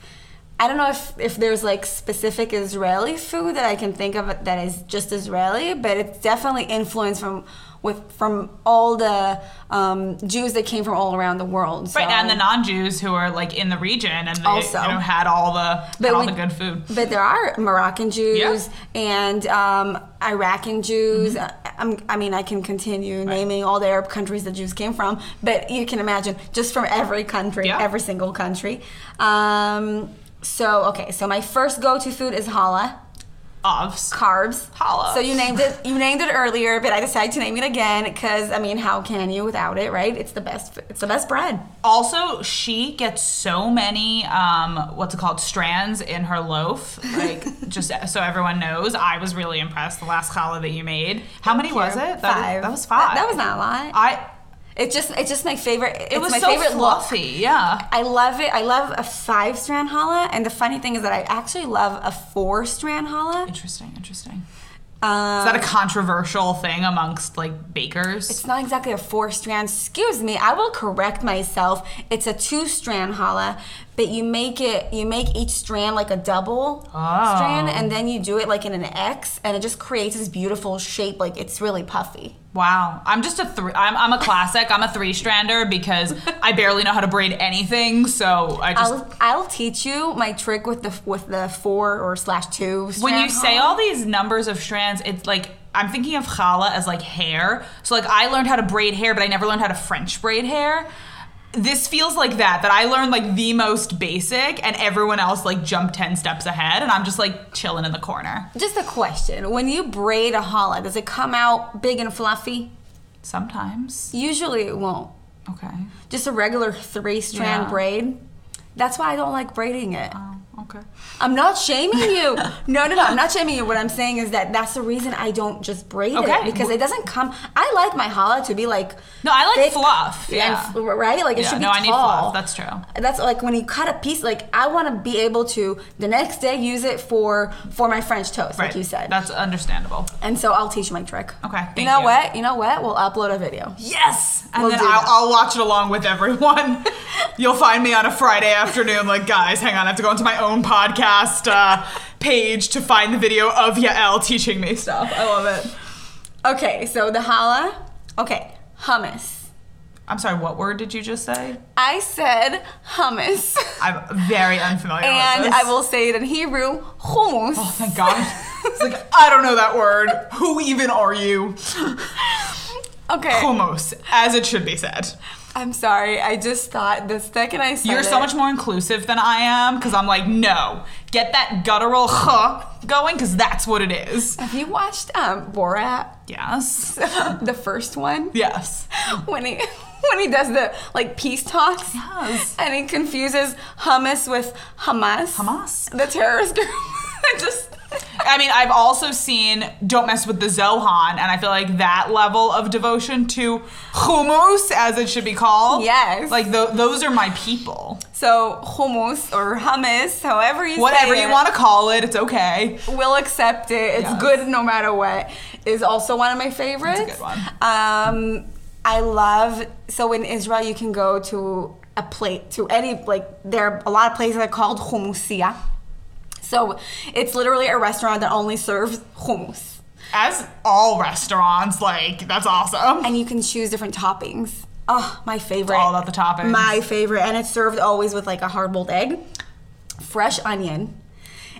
Speaker 2: I don't know if, if there's like specific Israeli food that I can think of that is just Israeli, but it's definitely influenced from with from all the um, Jews that came from all around the world.
Speaker 1: Right,
Speaker 2: so.
Speaker 1: and the non-Jews who are like in the region and they
Speaker 2: Also.
Speaker 1: you know, had all the had all
Speaker 2: we-
Speaker 1: the good food.
Speaker 2: But there are Moroccan Jews
Speaker 1: Yeah. Mm-hmm.
Speaker 2: and um, Iraqi Jews. I, I'm, I mean, I can continue naming all the Arab countries the Jews came from, but you can imagine just from every country,
Speaker 1: Yeah.
Speaker 2: every single country. Um, so, okay, so my first go to food is challah,
Speaker 1: Ovs.
Speaker 2: carbs.
Speaker 1: Challah.
Speaker 2: So you named it you named it earlier, but I decided to name it again because I mean, how can you without it, right? It's the best it's the best bread.
Speaker 1: Also, she gets so many um, what's it called strands in her loaf. Like just so everyone knows, I was really impressed the last challah that you made. How many was it? That,
Speaker 2: Five.
Speaker 1: That was five.
Speaker 2: That, that was not a lot.
Speaker 1: I
Speaker 2: It's just it's just my favorite.
Speaker 1: It was
Speaker 2: my
Speaker 1: so
Speaker 2: favorite look.
Speaker 1: fluffy. Yeah.
Speaker 2: I love it. I love a five strand challah, and the funny thing is that I actually love a four strand challah.
Speaker 1: Interesting. Interesting. Is
Speaker 2: Um,
Speaker 1: that a controversial thing amongst like bakers?
Speaker 2: it's not exactly a four strand. Excuse me. I will correct myself. It's a two strand challah, but you make it you make each strand like a double
Speaker 1: Oh.
Speaker 2: strand, and then you do it like in an X, and it just creates this beautiful shape. Like it's really puffy.
Speaker 1: Wow. I'm just a three. I'm, I'm a classic. I'm a three strander because I barely know how to braid anything. So I just
Speaker 2: I'll I'll teach you my trick with the with the four or slash two.
Speaker 1: when
Speaker 2: strand
Speaker 1: you say
Speaker 2: challah.
Speaker 1: all these numbers of strands, it's like I'm thinking of challah as like hair. So like I learned how to braid hair, but I never learned how to French braid hair. This feels like that. That I learned like the most basic, and everyone else like jumped ten steps ahead, and I'm just like chilling in the corner.
Speaker 2: Just a question. When you braid a challah, does it come out big and fluffy?
Speaker 1: Sometimes.
Speaker 2: Usually it won't.
Speaker 1: Okay.
Speaker 2: Just a regular three strand
Speaker 1: Yeah.
Speaker 2: braid. That's why I don't like braiding it.
Speaker 1: Oh, okay.
Speaker 2: I'm not shaming you. no, no, no. I'm not shaming you. What I'm saying is that that's the reason I don't just braid
Speaker 1: Okay.
Speaker 2: it because it doesn't come. I like my challah to be like.
Speaker 1: No, I like
Speaker 2: thick
Speaker 1: fluff.
Speaker 2: and
Speaker 1: Yeah.
Speaker 2: f- right? Like it
Speaker 1: Yeah,
Speaker 2: should be
Speaker 1: no,
Speaker 2: tall.
Speaker 1: I need fluff. That's true.
Speaker 2: That's like when you cut a piece. Like I want to be able to the next day use it for for my French toast, like you said.
Speaker 1: That's understandable.
Speaker 2: And so I'll teach you my trick.
Speaker 1: Okay, thank
Speaker 2: you know
Speaker 1: you.
Speaker 2: what? You know what? We'll upload a video.
Speaker 1: Yes. And
Speaker 2: We'll
Speaker 1: then
Speaker 2: do that.
Speaker 1: I'll, I'll watch it along with everyone. You'll find me on a Friday afternoon, like, guys, hang on, I have to go into my own podcast uh, page to find the video of Yael teaching me stuff. I love it.
Speaker 2: Okay, so the challah. Okay, hummus.
Speaker 1: I'm sorry, what word did you just say?
Speaker 2: I said hummus.
Speaker 1: I'm very unfamiliar
Speaker 2: and
Speaker 1: with this.
Speaker 2: I will say it in Hebrew, hummus.
Speaker 1: Oh, thank God. It's like, I don't know that word. Who even are you?
Speaker 2: Okay,
Speaker 1: Homos, as it should be said.
Speaker 2: I'm sorry. I just thought the second I said
Speaker 1: You're so
Speaker 2: it-
Speaker 1: much more inclusive than I am because I'm like, no, get that guttural huh going because that's what it is.
Speaker 2: Have you watched um, Borat,
Speaker 1: Yes.
Speaker 2: the first one?
Speaker 1: Yes.
Speaker 2: When he when he does the like peace talks,
Speaker 1: Yes.
Speaker 2: and he confuses hummus with Hamas.
Speaker 1: Hamas.
Speaker 2: the terrorist group. I just.
Speaker 1: I mean, I've also seen Don't Mess with the Zohan, and I feel like that level of devotion to hummus, as it should be called.
Speaker 2: Yes.
Speaker 1: Like, tho- those are my people.
Speaker 2: So hummus or hummus, however you
Speaker 1: Whatever
Speaker 2: say
Speaker 1: you
Speaker 2: it,
Speaker 1: want to call it, it's okay.
Speaker 2: we'll accept it. It's
Speaker 1: Yes.
Speaker 2: good no matter what. Is also one of my favorites.
Speaker 1: It's a good one.
Speaker 2: Um, I love. So in Israel, you can go to a plate to any like there are a lot of places that are called hummusia. So it's literally a restaurant that only serves hummus,
Speaker 1: As all restaurants, like, that's awesome.
Speaker 2: and you can choose different toppings. Oh, my favorite.
Speaker 1: all about the toppings.
Speaker 2: My favorite, and it's served always with like a hard-boiled egg, fresh onion,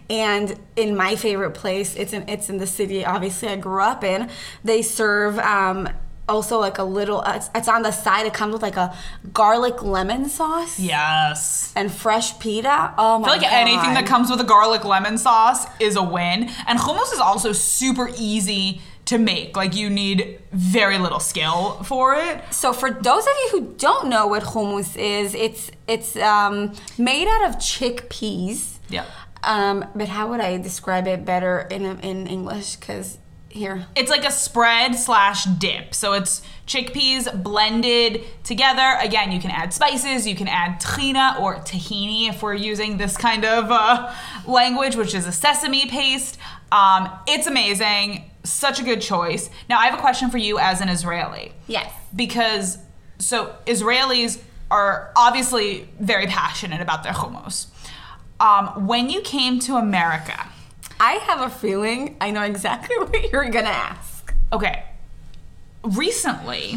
Speaker 2: and in my favorite place, it's in it's in the city. Obviously, I grew up in. They serve um, also like a little. Uh, it's, it's on the side. It comes with like a garlic lemon sauce
Speaker 1: Yes.
Speaker 2: and fresh pita. Oh my
Speaker 1: I feel like
Speaker 2: god!
Speaker 1: anything that comes with a garlic lemon sauce is a win. And hummus is also super easy to make. Like you need very little skill for it.
Speaker 2: So for those of you who don't know what hummus is, it's it's um, made out of chickpeas.
Speaker 1: Yeah.
Speaker 2: Um, but how would I describe it better in in English? Because here,
Speaker 1: It's like a spread slash dip. So it's chickpeas blended together. Again, you can add spices, you can add tahina or tahini if we're using this kind of uh, language, which is a sesame paste. Um, it's amazing. Such a good choice. Now, I have a question for you as an Israeli.
Speaker 2: yes.
Speaker 1: because so Israelis are obviously very passionate about their hummus. Um, when you came to America,
Speaker 2: I have a feeling I know exactly what you're gonna ask.
Speaker 1: okay, recently,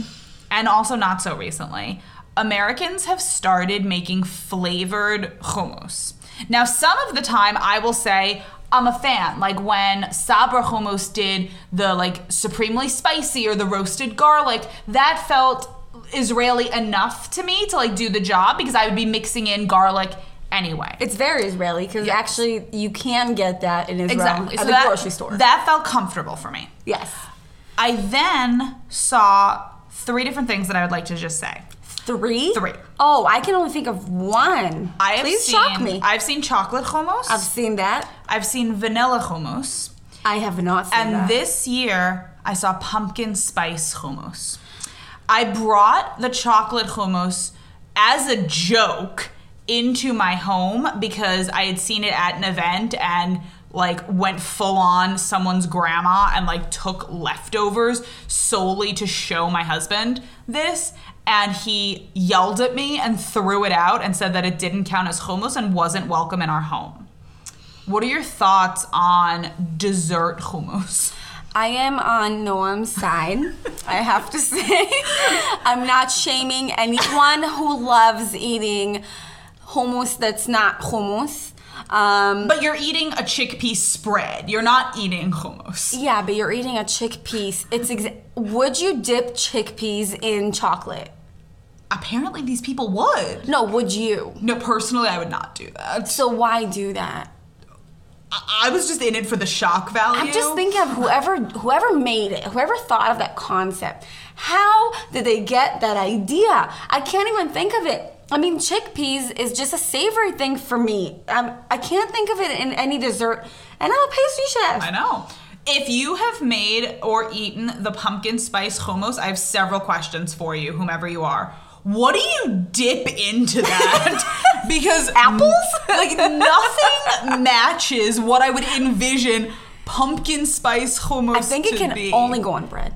Speaker 1: and also not so recently, Americans have started making flavored hummus. Now, some of the time, I will say I'm a fan. Like when Sabra hummus did the like supremely spicy or the roasted garlic, that felt Israeli enough to me to like do the job because I would be mixing in garlic anyway.
Speaker 2: It's very Israeli because
Speaker 1: Yes.
Speaker 2: actually you can get that in Israel
Speaker 1: exactly.
Speaker 2: at
Speaker 1: So
Speaker 2: the
Speaker 1: that-
Speaker 2: grocery store.
Speaker 1: That felt comfortable for me.
Speaker 2: yes.
Speaker 1: I then saw three different things that I would like to just say.
Speaker 2: Three.
Speaker 1: Three.
Speaker 2: Oh, I can only think of one.
Speaker 1: I have
Speaker 2: Please
Speaker 1: seen,
Speaker 2: shock me.
Speaker 1: I've seen chocolate hummus.
Speaker 2: I've
Speaker 1: I've,
Speaker 2: seen that.
Speaker 1: seen vanilla hummus,
Speaker 2: I have not seen
Speaker 1: and
Speaker 2: that.
Speaker 1: this year I saw pumpkin spice hummus. I brought the chocolate hummus as a joke into my home because I had seen it at an event and like went full on someone's grandma and like took leftovers solely to show my husband this and he yelled at me and threw it out and said that it didn't count as hummus and wasn't welcome in our home. What are your thoughts on dessert hummus?
Speaker 2: I am on Noam's side, I have to say. I'm not shaming anyone who loves eating hummus that's not hummus. Um,
Speaker 1: But you're eating a chickpea spread. You're not eating hummus.
Speaker 2: yeah, but you're eating a chickpeas. It's exa- would you dip chickpeas in chocolate?
Speaker 1: Apparently, these people would.
Speaker 2: No, would you?
Speaker 1: No, personally, I would not do that.
Speaker 2: So why do that?
Speaker 1: I I was just in it for the shock value.
Speaker 2: I'm just thinking of whoever whoever made it, whoever thought of that concept. How did they get that idea? I can't even think of it. I mean, chickpeas is just a savory thing for me. Um, I can't think of it in any dessert, and I'm a pastry chef.
Speaker 1: I know. If you have made or eaten the pumpkin spice hummus, I have several questions for you, whomever you are. What do you dip into that? because
Speaker 2: Apples?
Speaker 1: like nothing matches what I would envision pumpkin spice hummus.
Speaker 2: I think it
Speaker 1: to
Speaker 2: can
Speaker 1: be.
Speaker 2: only go on bread.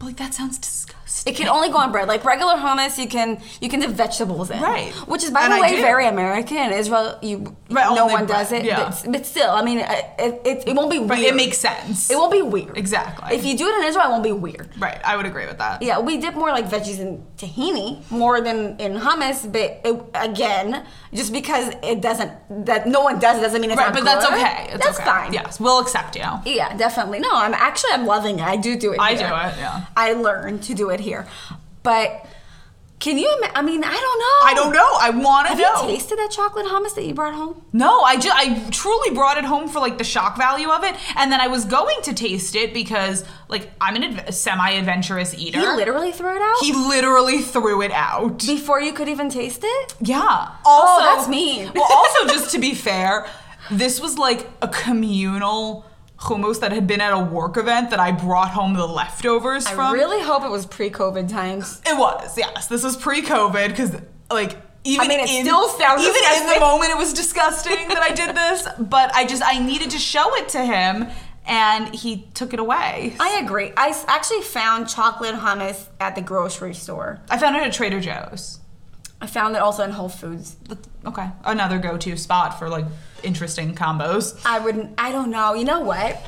Speaker 1: But, like that sounds disgusting.
Speaker 2: It can only go on bread. Like regular hummus, you can you can dip vegetables in,
Speaker 1: Right.
Speaker 2: Which is, by
Speaker 1: And
Speaker 2: the
Speaker 1: I
Speaker 2: way,
Speaker 1: do.
Speaker 2: very American. In Israel, you
Speaker 1: Right,
Speaker 2: no
Speaker 1: only
Speaker 2: one
Speaker 1: bread,
Speaker 2: does it,
Speaker 1: yeah.
Speaker 2: but, but still, I mean, I- it, it, it won't be weird.
Speaker 1: Right, it makes sense.
Speaker 2: It won't be weird.
Speaker 1: Exactly.
Speaker 2: If you do it in Israel, it won't be weird.
Speaker 1: right, I would agree with that.
Speaker 2: Yeah, we dip more like veggies in tahini more than in hummus, but it, again, just because it doesn't that no one does it doesn't mean it's
Speaker 1: Right,
Speaker 2: not
Speaker 1: but that's
Speaker 2: good.
Speaker 1: okay. It's
Speaker 2: that's
Speaker 1: okay.
Speaker 2: fine.
Speaker 1: Yes, we'll accept you.
Speaker 2: Yeah, definitely. No, I'm actually I'm loving it. I do do it.
Speaker 1: I
Speaker 2: here.
Speaker 1: do it, yeah.
Speaker 2: I learned to do it here, but can you? Ima- I mean, I don't know.
Speaker 1: I don't know. I want to
Speaker 2: Have
Speaker 1: know.
Speaker 2: you tasted that chocolate hummus that you brought home?
Speaker 1: No, I just I truly brought it home for like the shock value of it, and then I was going to taste it because like I'm an adv- semi-adventurous eater.
Speaker 2: You literally threw it out
Speaker 1: He literally threw it out.
Speaker 2: before you could even taste it.
Speaker 1: Yeah. Also,
Speaker 2: Oh, that's mean.
Speaker 1: well, also just to be fair, this was like a communal hummus that had been at a work event that I brought home the leftovers
Speaker 2: I
Speaker 1: from.
Speaker 2: really hope it was pre-COVID times.
Speaker 1: It was, yes. This was pre-COVID because, like, even
Speaker 2: I mean, it
Speaker 1: in,
Speaker 2: still sounds
Speaker 1: even in the
Speaker 2: disgusting.
Speaker 1: moment, it was disgusting that I did this. But I just I needed to show it to him, and he took it away.
Speaker 2: I agree. I s- actually found chocolate hummus at the grocery store.
Speaker 1: I found it at Trader Joe's.
Speaker 2: I found it also in Whole Foods.
Speaker 1: Okay, another go-to spot for like interesting combos.
Speaker 2: I wouldn't. I don't know. You know what?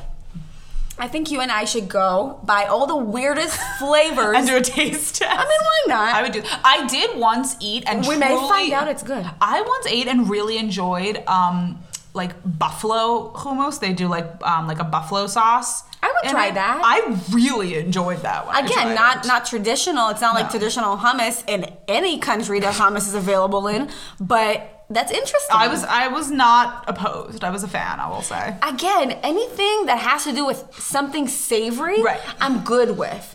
Speaker 2: I think you and I should go buy all the weirdest flavors.
Speaker 1: And do a taste test.
Speaker 2: I mean, why not?
Speaker 1: I would do. I did once eat and
Speaker 2: We may
Speaker 1: truly-
Speaker 2: find out it's good.
Speaker 1: I once ate and really enjoyed um like buffalo hummus. They do like um like a buffalo sauce.
Speaker 2: I would
Speaker 1: in
Speaker 2: try
Speaker 1: it.
Speaker 2: that.
Speaker 1: I really enjoyed that one.
Speaker 2: Again, not not traditional. It's not like
Speaker 1: No.
Speaker 2: traditional hummus in any country that hummus is available in. But that's interesting.
Speaker 1: I was I was not opposed. I was a fan. I will say.
Speaker 2: again, anything that has to do with something savory,
Speaker 1: Right.
Speaker 2: I'm good with.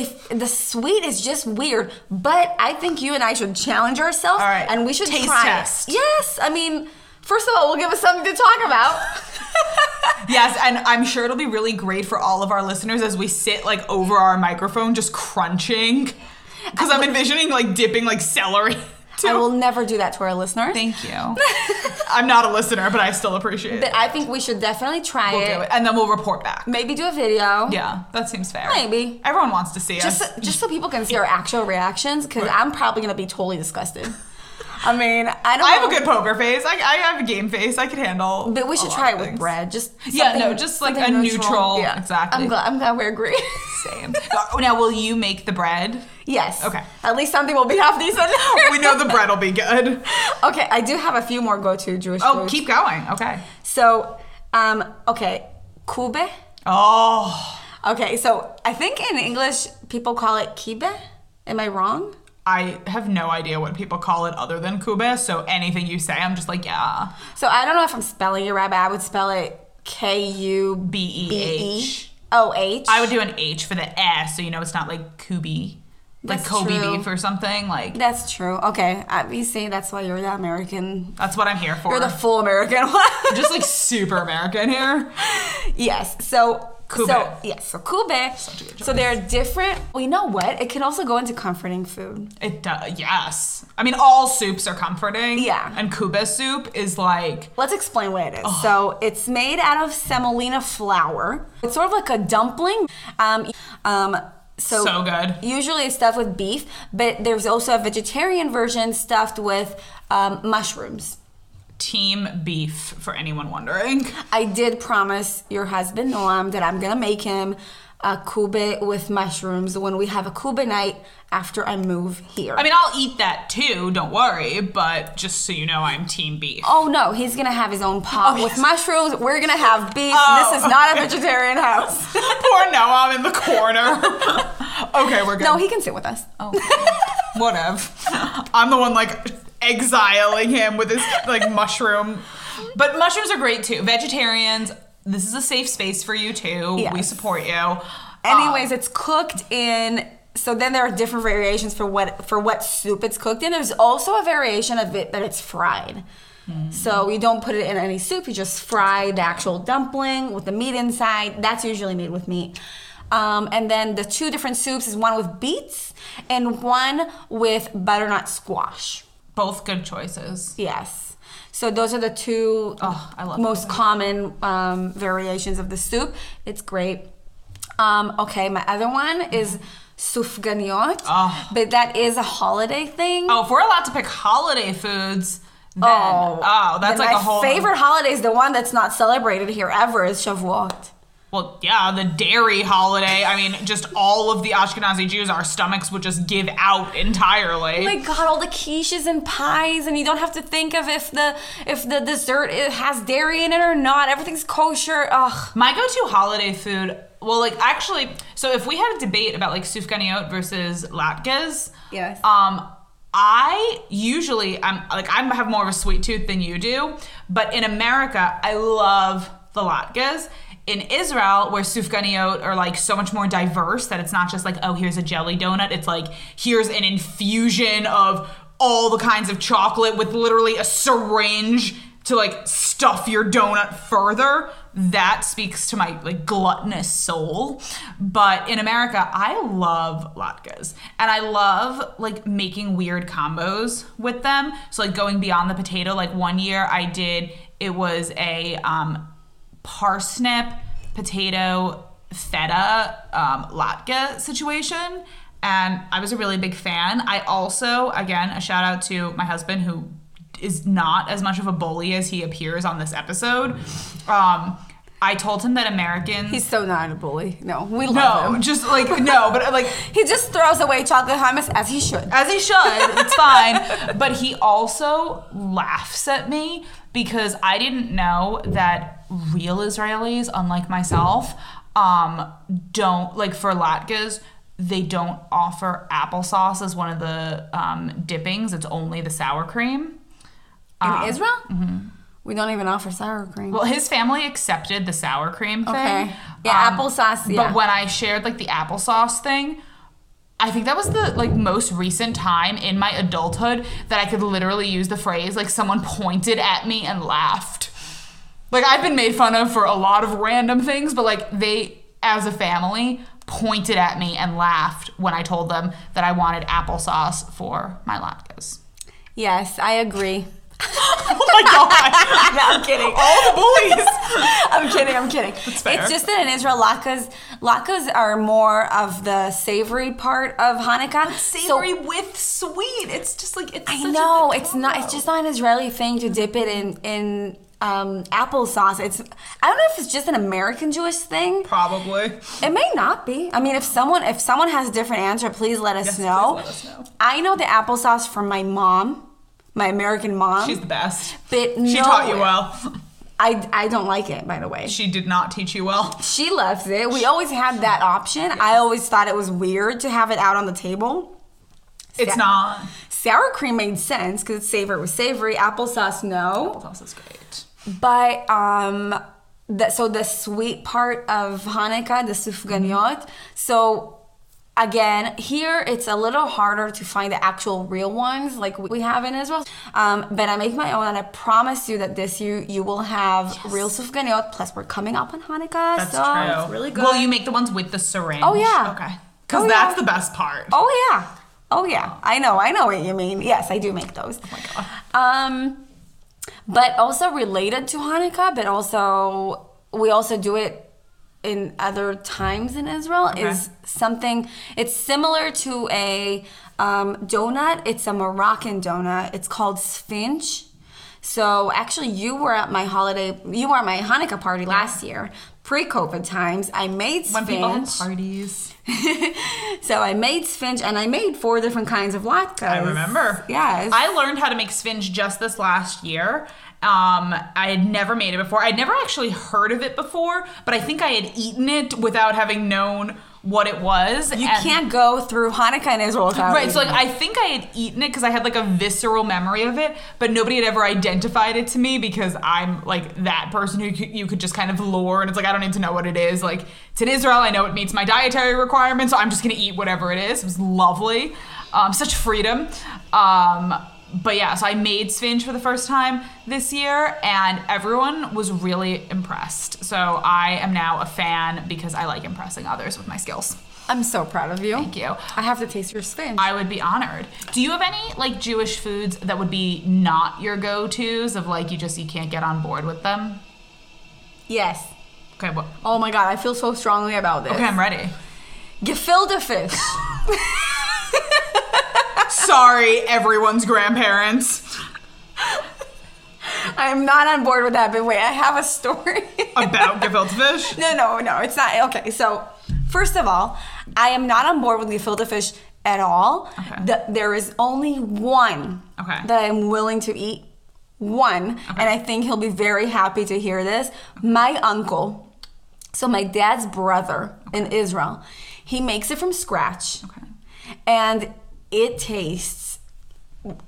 Speaker 2: If the sweet is just weird, but I think you and I should challenge ourselves,
Speaker 1: All right.
Speaker 2: and we should
Speaker 1: Taste
Speaker 2: try it.
Speaker 1: test.
Speaker 2: Yes, I mean, first of all, we'll give us something to talk about.
Speaker 1: Yes, and I'm sure it'll be really great for all of our listeners as we sit like over our microphone just crunching. Because I'm envisioning like dipping like celery. To
Speaker 2: I will never do that to our listeners,
Speaker 1: Thank you. I'm not a listener, but I still appreciate
Speaker 2: but
Speaker 1: it.
Speaker 2: I think we should definitely try
Speaker 1: We'll
Speaker 2: it.
Speaker 1: do it. And then we'll report back.
Speaker 2: Maybe do a video.
Speaker 1: Yeah, that seems fair.
Speaker 2: Maybe.
Speaker 1: Everyone wants to see us.
Speaker 2: Just, just so people can see our actual reactions, because I'm probably gonna be totally disgusted. I mean, I don't.
Speaker 1: I have a
Speaker 2: know.
Speaker 1: good poker face. I, I have a game face. I could handle.
Speaker 2: But we
Speaker 1: a
Speaker 2: should
Speaker 1: lot
Speaker 2: try
Speaker 1: of
Speaker 2: it with
Speaker 1: things.
Speaker 2: bread. Just
Speaker 1: Yeah, no,
Speaker 2: something-
Speaker 1: just like
Speaker 2: something
Speaker 1: a neutral- exactly.
Speaker 2: I'm glad. I'm glad we agree.
Speaker 1: Same. now, will you make the bread?
Speaker 2: yes.
Speaker 1: Okay.
Speaker 2: At least something will be half decent.
Speaker 1: We know the bread will be good.
Speaker 2: okay, I do have a few more go-to Jewish
Speaker 1: Oh,
Speaker 2: foods.
Speaker 1: keep going. Okay.
Speaker 2: So, um, okay, kube.
Speaker 1: Oh,
Speaker 2: Okay, so I think in English people call it kibe. Am I wrong?
Speaker 1: I have no idea what people call it other than kube. So anything you say, I'm just like, yeah.
Speaker 2: So I don't know if I'm spelling it right, but I would spell it K U B
Speaker 1: B E
Speaker 2: E
Speaker 1: H.
Speaker 2: O H.
Speaker 1: I would do an H for the S, so you know it's not like kubi, like
Speaker 2: That's
Speaker 1: Kobe
Speaker 2: true.
Speaker 1: beef or something. Like
Speaker 2: That's true. Okay, I- you see, that's why you're the American.
Speaker 1: that's what I'm here for.
Speaker 2: You're the full American one.
Speaker 1: just like super American here.
Speaker 2: Yes. So
Speaker 1: Kube.
Speaker 2: So yes, so kube.
Speaker 1: a good
Speaker 2: So there are different. Well, you know what? It can also go into comforting food.
Speaker 1: It does. Yes. I mean, all soups are comforting.
Speaker 2: Yeah.
Speaker 1: And kube soup is like
Speaker 2: Let's explain what it is. So it's made out of semolina flour. It's sort of like a dumpling. Um, um, so,
Speaker 1: So good.
Speaker 2: Usually it's stuffed with beef, but there's also a vegetarian version stuffed with um, mushrooms.
Speaker 1: team beef for anyone wondering.
Speaker 2: I did promise your husband Noam that I'm gonna make him a kube with mushrooms when we have a kube night after I move here.
Speaker 1: I mean, I'll eat that too. Don't worry. But just so you know, I'm team beef.
Speaker 2: oh no, he's gonna have his own pot with mushrooms. We're gonna have beef.
Speaker 1: Oh,
Speaker 2: this is not a vegetarian house.
Speaker 1: Poor Noam in the corner. okay, we're good.
Speaker 2: No, he can sit with us. Oh,
Speaker 1: Whatever. I'm the one like exiling him with his like mushroom. But mushrooms are great too. Vegetarians, this is a safe space for you too. We
Speaker 2: Yes.
Speaker 1: support you. Ah.
Speaker 2: Anyways, it's cooked in. So then there are different variations for what for what soup it's cooked in. There's also a variation of it that it's fried. So you don't put it in any soup. You just fry the actual dumpling with the meat inside. That's usually made with meat. Um, and then the two different soups is one with beets and one with butternut squash.
Speaker 1: Uh, Both good choices.
Speaker 2: Yes. So those are the two
Speaker 1: Oh, I love
Speaker 2: most common um, variations of the soup. It's great. Um, okay, my other one is sufganiot,
Speaker 1: Oh.
Speaker 2: but that is a holiday thing.
Speaker 1: Oh, if we're allowed to pick holiday foods, then,
Speaker 2: Oh,
Speaker 1: oh, that's
Speaker 2: then
Speaker 1: like
Speaker 2: my
Speaker 1: a whole
Speaker 2: favorite holiday is the one that's not celebrated here ever is Shavuot.
Speaker 1: Well, yeah, the dairy holiday. I mean, just all of the Ashkenazi Jews, our stomachs would just give out entirely.
Speaker 2: Oh my god, all the quiches and pies, and you don't have to think of if the if the dessert it has dairy in it or not. Everything's kosher. Ugh.
Speaker 1: My go-to holiday food, well, like actually, so if we had a debate about like sufganiot versus latkes,
Speaker 2: Yes.
Speaker 1: um, I usually I'm like I have more of a sweet tooth than you do, but in America, I love the latkes. In Israel, where sufganiot are like so much more diverse that it's not just like oh here's a jelly donut, it's like here's an infusion of all the kinds of chocolate with literally a syringe to like stuff your donut further that speaks to my like gluttonous soul but in america i love latkes and i love like making weird combos with them so like going beyond the potato like one year i did it was a um, parsnip potato feta um, latke situation and i was a really big fan i also again a shout out to my husband who is not as much of a bully as he appears on this episode um, i told him that americans
Speaker 2: He's so not a bully. No, we love
Speaker 1: no
Speaker 2: him.
Speaker 1: just like no but like
Speaker 2: He just throws away chocolate hummus as he should.
Speaker 1: as he should. It's fine. But he also laughs at me because I didn't know that real Israelis, unlike myself, um, don't like for latkes. They don't offer applesauce as one of the um, dippings. It's only the sour cream.
Speaker 2: In Israel? We don't even offer sour cream.
Speaker 1: Ah. Mm-hmm. Well, his family accepted the sour cream thing. Um,
Speaker 2: Okay. Yeah, applesauce, yeah.
Speaker 1: But when I shared like the applesauce thing, I think that was the like most recent time in my adulthood that I could literally use the phrase like someone pointed at me and laughed. Like I've been made fun of for a lot of random things, but like they as a family pointed at me and laughed when I told them that I wanted applesauce for my latkes.
Speaker 2: yes, I agree.
Speaker 1: Oh my god.
Speaker 2: no, I'm kidding.
Speaker 1: All the bullies.
Speaker 2: I'm kidding. I'm kidding.
Speaker 1: fair.
Speaker 2: It's just that in Israel, latkes, latkes are more of the savory part of Hanukkah. So,
Speaker 1: with sweet. It's just like it's.
Speaker 2: I know it's not. It's just not an Israeli thing to dip it in in um, applesauce. It's I don't know if it's just an American Jewish thing.
Speaker 1: probably.
Speaker 2: It may not be. I mean, if someone if someone has a different answer, please let us
Speaker 1: Yes, please
Speaker 2: know.
Speaker 1: let us know.
Speaker 2: I know the applesauce from my mom, my American mom.
Speaker 1: She's the best.
Speaker 2: but
Speaker 1: She
Speaker 2: no-
Speaker 1: taught you well.
Speaker 2: I, I don't like it, by the way.
Speaker 1: She did not teach you well.
Speaker 2: She loves it. We always had that option. I always thought it was weird to have it out on the table.
Speaker 1: It's
Speaker 2: Yeah.
Speaker 1: not.
Speaker 2: Sour cream made sense because it's savory with savory. Applesauce, no.
Speaker 1: What else is great?
Speaker 2: But um,
Speaker 1: Mm-hmm.
Speaker 2: the, so the sweet part of Hanukkah, the sufganiot. So Again, here it's a little harder to find the actual real ones like we have in Israel. Um, but I make my own, and I promise you that this year you will have real sufganiyot. Plus, we're coming up on Hanukkah,
Speaker 1: That's
Speaker 2: so
Speaker 1: true.
Speaker 2: it's really good.
Speaker 1: Will you make the ones with the syringe?
Speaker 2: Oh, yeah.
Speaker 1: Okay. Because
Speaker 2: Oh,
Speaker 1: that's
Speaker 2: yeah.
Speaker 1: the best part.
Speaker 2: Oh yeah. Oh yeah. I know. I know what you mean. Yes, I do make those. Oh my god. Um but also related to Hanukkah, but also we also do it in other times in Israel is something it's similar to a um, donut. It's a Moroccan donut. It's called Sphinx. So actually, you were at my holiday, you were at my Hanukkah party last year, pre-COVID times. I made
Speaker 1: When
Speaker 2: Sphinx.
Speaker 1: people have parties.
Speaker 2: So I made sphinge and I made four different kinds of latkes.
Speaker 1: I remember.
Speaker 2: Yes.
Speaker 1: I learned how to make sphinge just this last year. Um, I had never made it before. I'd never actually heard of it before, but I think I had eaten it without having known what it was.
Speaker 2: you can't go through Hanukkah in Israel without
Speaker 1: Right, so like I
Speaker 2: eating.
Speaker 1: think I had eaten it because I had like a visceral memory of it, but nobody had ever identified it to me because I'm like that person who c- you could just kind of lure, and it's like I don't need to know what it is. Like it's in Israel, I know it meets my dietary requirements, so I'm just gonna eat whatever it is. It was lovely, um, such freedom. Um, but yeah, so I made sphinge for the first time this year, and everyone was really impressed. So I am now a fan because I like impressing others with my skills.
Speaker 2: I'm so proud of you.
Speaker 1: Thank you.
Speaker 2: I have to taste your sphinge.
Speaker 1: I would be honored. Do you have any like Jewish foods that would be not your go-tos of like you just you can't get on board with them?
Speaker 2: yes.
Speaker 1: Okay, well,
Speaker 2: Oh my god, I feel so strongly about this.
Speaker 1: okay, I'm ready.
Speaker 2: Gefilte fish.
Speaker 1: Sorry, everyone's grandparents.
Speaker 2: I'm not on board with that, but wait, I have a story.
Speaker 1: About gefilte fish?
Speaker 2: no, no, no, it's not. Okay, so first of all, I am not on board with gefilte fish at all.
Speaker 1: Okay.
Speaker 2: The- there is only one
Speaker 1: Okay.
Speaker 2: that I'm willing to eat. One, and I think he'll be very happy to hear this. My uncle, so my dad's brother in Israel, he makes it from scratch,
Speaker 1: Okay.
Speaker 2: and it tastes.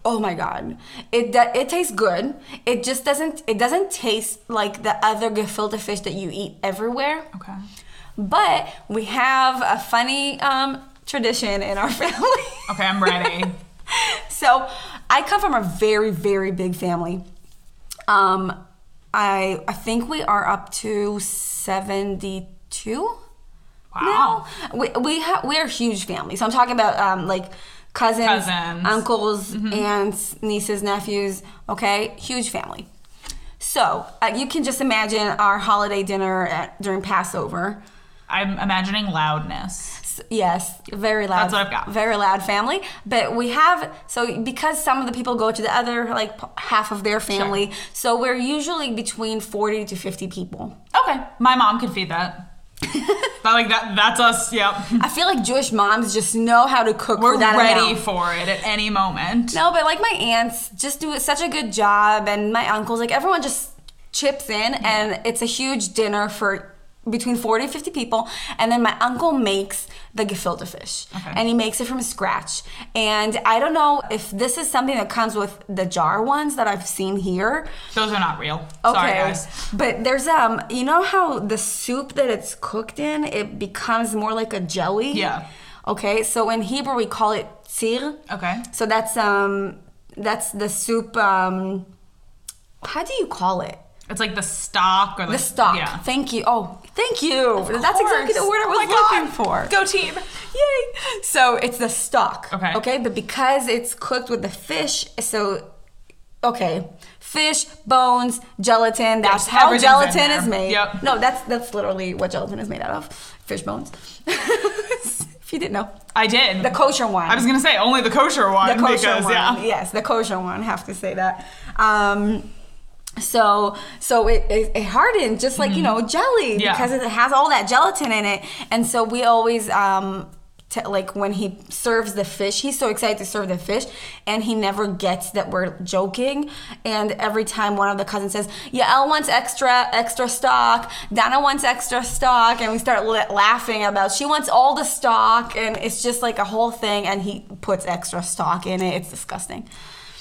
Speaker 2: Oh my god. It do- it tastes good. It just doesn't it doesn't taste like the other gefilte fish that you eat everywhere.
Speaker 1: Okay.
Speaker 2: But we have a funny um, tradition in our family.
Speaker 1: Okay, I'm ready.
Speaker 2: so I come from a very, very big family. Um, I I think we are up to seventy-two.
Speaker 1: Wow.
Speaker 2: now. we we ha- we're a huge family. So I'm talking about um, like cousins,
Speaker 1: Cousins. Mm-hmm.
Speaker 2: uncles, aunts, nieces, nephews. Okay, huge family. So uh, you can just imagine our holiday dinner at, during Passover.
Speaker 1: I'm imagining loudness.
Speaker 2: S- Yes, very loud.
Speaker 1: That's what I've got.
Speaker 2: Very loud family. But we have so because some of the people go to the other like p- half of their family. So we're usually between forty to fifty people.
Speaker 1: Okay, my mom could feed that. But like that that's us, yep.
Speaker 2: I feel like Jewish moms just know how to cook.
Speaker 1: We're
Speaker 2: for that
Speaker 1: ready
Speaker 2: amount.
Speaker 1: for it at any moment.
Speaker 2: No, but like my aunts just do such a good job, and my uncles, like everyone just chips in, and it's a huge dinner for between 40 and 50 people. And then my uncle makes the gefilte fish,
Speaker 1: Okay.
Speaker 2: and he makes it from scratch. And I don't know if this is something that comes with the jar ones that I've seen here.
Speaker 1: Those are not real.
Speaker 2: Okay.
Speaker 1: Sorry guys.
Speaker 2: But there's um you know how the soup that it's cooked in it becomes more like a jelly?
Speaker 1: Yeah.
Speaker 2: Okay, so in Hebrew we call it tzir.
Speaker 1: Okay.
Speaker 2: So that's um that's the soup um how do you call it?
Speaker 1: It's like the stock or like,
Speaker 2: The stock.
Speaker 1: Yeah.
Speaker 2: Thank you. Oh, thank you. that's exactly the
Speaker 1: course.
Speaker 2: word I
Speaker 1: Oh
Speaker 2: was
Speaker 1: my God.
Speaker 2: looking for.
Speaker 1: Go team.
Speaker 2: Yay! So it's the stock.
Speaker 1: Okay.
Speaker 2: Okay, but because it's cooked with the fish, so okay, fish, bones, gelatin.
Speaker 1: Yes,
Speaker 2: That's how
Speaker 1: everything's in
Speaker 2: gelatin
Speaker 1: there.
Speaker 2: is made.
Speaker 1: Yep.
Speaker 2: No, that's that's literally what gelatin is made out of. Fish bones. if you didn't know,
Speaker 1: I did.
Speaker 2: the kosher one.
Speaker 1: I was gonna say only the kosher one.
Speaker 2: the kosher
Speaker 1: because,
Speaker 2: one.
Speaker 1: Yeah.
Speaker 2: Yes, the kosher one. Have to say that. Um, so so it, it, it hardened just like you know jelly
Speaker 1: Mm-hmm. Yeah.
Speaker 2: because it has all that gelatin in it, and so we always. Um, t- like when he serves the fish, he's so excited to serve the fish, and he never gets that we're joking. And every time one of the cousins says, "Yael wants extra extra stock," Donna wants extra stock, and we start la- laughing about she wants all the stock, and it's just like a whole thing. And he puts extra stock in it. It's disgusting.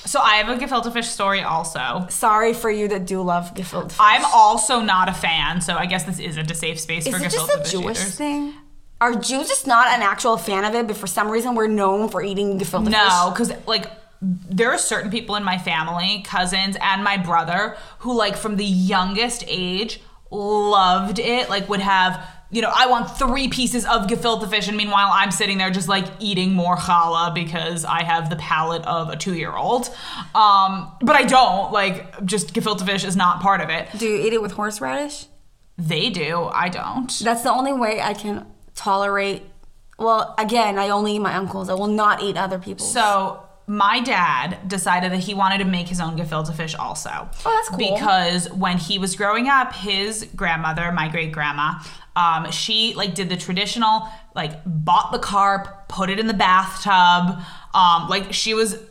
Speaker 1: So I have a gefilte fish story also.
Speaker 2: Sorry for you that do love gefilte fish.
Speaker 1: I'm also not a fan, so I guess this isn't a safe space
Speaker 2: Is
Speaker 1: for
Speaker 2: it
Speaker 1: gefilte
Speaker 2: just a
Speaker 1: fish
Speaker 2: Jewish
Speaker 1: eaters.
Speaker 2: thing? Are Jews just not an actual fan of it, but for some reason we're known for eating gefilte
Speaker 1: No,
Speaker 2: fish?
Speaker 1: because like there are certain people in my family, cousins, and my brother who like from the youngest age loved it. Like would have you know I want three pieces of gefilte fish, and meanwhile I'm sitting there just like eating more challah because I have the palate of a two year old. Um, but I don't like just gefilte fish is not part of it.
Speaker 2: Do you eat it with horseradish?
Speaker 1: They do, I don't.
Speaker 2: That's the only way I can tolerate. Well, again, I only eat my uncle's. I will not eat other people's.
Speaker 1: So my dad decided that he wanted to make his own gefilte fish also. Oh,
Speaker 2: that's cool.
Speaker 1: Because when he was growing up, his grandmother, my great grandma, um, she like did the traditional, like bought the carp, put it in the bathtub. Um, like she was like,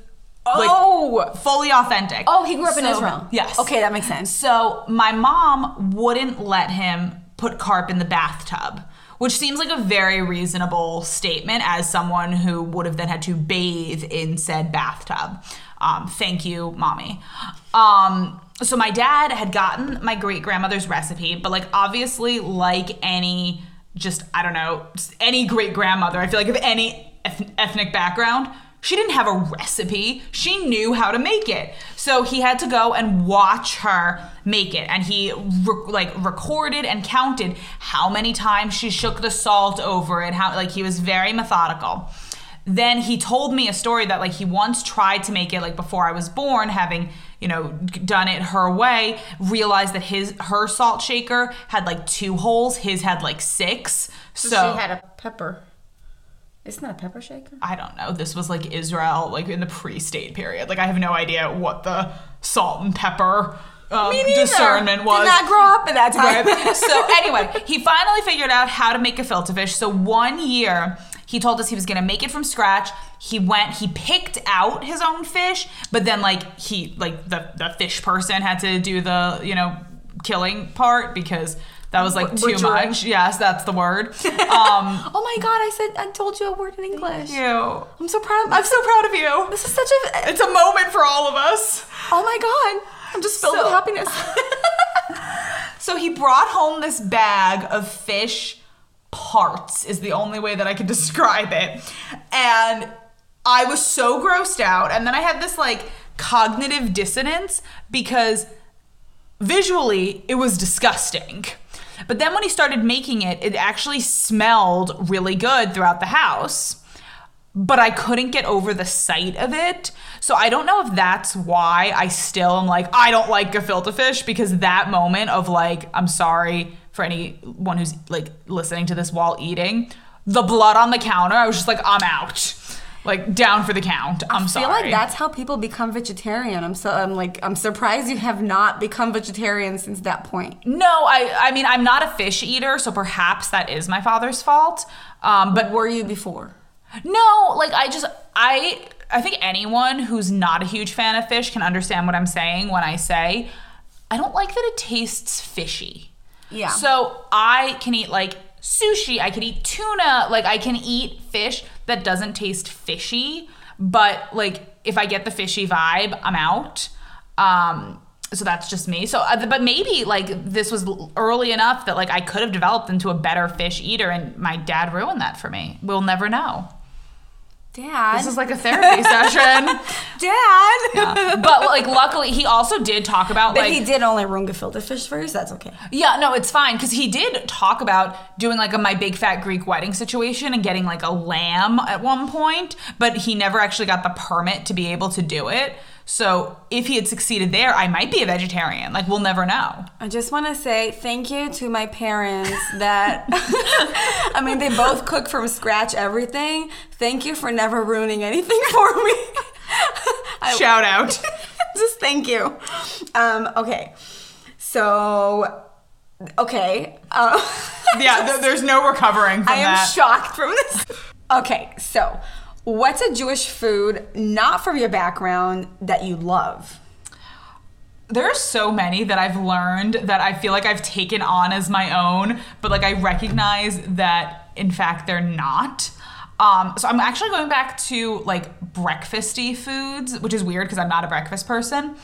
Speaker 2: Oh!
Speaker 1: fully authentic.
Speaker 2: oh, he grew up in
Speaker 1: So-
Speaker 2: Israel.
Speaker 1: Yes.
Speaker 2: Okay, that makes sense.
Speaker 1: So my mom wouldn't let him put carp in the bathtub, which seems like a very reasonable statement as someone who would have then had to bathe in said bathtub. Um, thank you, mommy. Um, so my dad had gotten my great grandmother's recipe, but like obviously, like any just I don't know any great grandmother, I feel like of any eth- ethnic background, she didn't have a recipe. She knew how to make it. So he had to go and watch her make it. And he re- like recorded and counted how many times she shook the salt over it. How like he was very methodical. Then he told me a story that like he once tried to make it like before I was born, having you know done it her way, realized that his her salt shaker had like two holes, his had like six. So,
Speaker 2: a pepper. Isn't that a pepper shaker?
Speaker 1: I don't know. This was like Israel, like in the pre-state period. Like I have no idea what the salt and pepper um, discernment was.
Speaker 2: Did not grow up in that time.
Speaker 1: Right? so anyway, he finally figured out how to make gefilte fish. So one year, he told us he was going to make it from scratch. He went, he picked out his own fish, but then like he like the the fish person had to do the you know killing part because that was like
Speaker 2: W-
Speaker 1: too
Speaker 2: butchering.
Speaker 1: much. Yes, that's the word. Um,
Speaker 2: Oh my god! I said I told you a word in English.
Speaker 1: you.
Speaker 2: I'm so proud. Of,
Speaker 1: I'm so proud of you.
Speaker 2: this is such a.
Speaker 1: It's a moment for all of us.
Speaker 2: Oh my god! I'm just filled
Speaker 1: So-
Speaker 2: with happiness.
Speaker 1: So he brought home this bag of fish parts, is the only way that I can describe it. And I was so grossed out. And then I had this like cognitive dissonance because visually it was disgusting. But then when he started making it, it actually smelled really good throughout the house. but I couldn't get over the sight of it. So I don't know if that's why I still am like, I don't like gefilte fish because that moment of like, I'm sorry for anyone who's like listening to this while eating, the blood on the counter, I was just like, I'm out. Like down for the count. I'm
Speaker 2: I
Speaker 1: sorry.
Speaker 2: feel like that's how people become vegetarian. I'm so I'm like I'm surprised you have not become vegetarian since that point.
Speaker 1: No, I I mean I'm not a fish eater, so perhaps that is my father's fault. Um, but
Speaker 2: Were you before?
Speaker 1: No, like I just I I think anyone who's not a huge fan of fish can understand what I'm saying when I say I don't like that it tastes fishy.
Speaker 2: Yeah.
Speaker 1: So I can eat like sushi, I can eat tuna, like I can eat fish that doesn't taste fishy, but like if I get the fishy vibe, I'm out. Um so that's just me. So uh, but maybe like this was l- early enough that like I could have developed into a better fish eater and my dad ruined that for me. We'll never know.
Speaker 2: Dad.
Speaker 1: This is like a therapy session.
Speaker 2: Dad.
Speaker 1: But like luckily he also did talk about
Speaker 2: But
Speaker 1: like
Speaker 2: he did only room gefilte fish first. That's okay.
Speaker 1: Yeah, no, it's fine cuz he did talk about doing like a my big fat Greek wedding situation and getting like a lamb at one point, but he never actually got the permit to be able to do it. So, if he had succeeded there, I might be a vegetarian. Like we'll never know.
Speaker 2: I just want to say thank you to my parents that I mean they both cook from scratch everything. Thank you for never ruining anything for me. I-
Speaker 1: Shout out.
Speaker 2: just thank you. Um, okay, so okay. Uh,
Speaker 1: Yeah, th- there's no recovering from
Speaker 2: I am
Speaker 1: that.
Speaker 2: shocked from this. Okay, so what's a Jewish food not from your background that you love?
Speaker 1: there are so many that I've learned that I feel like I've taken on as my own, but like I recognize that in fact they're not. Um, so I'm actually going back to like breakfasty foods, which is weird because I'm not a breakfast person.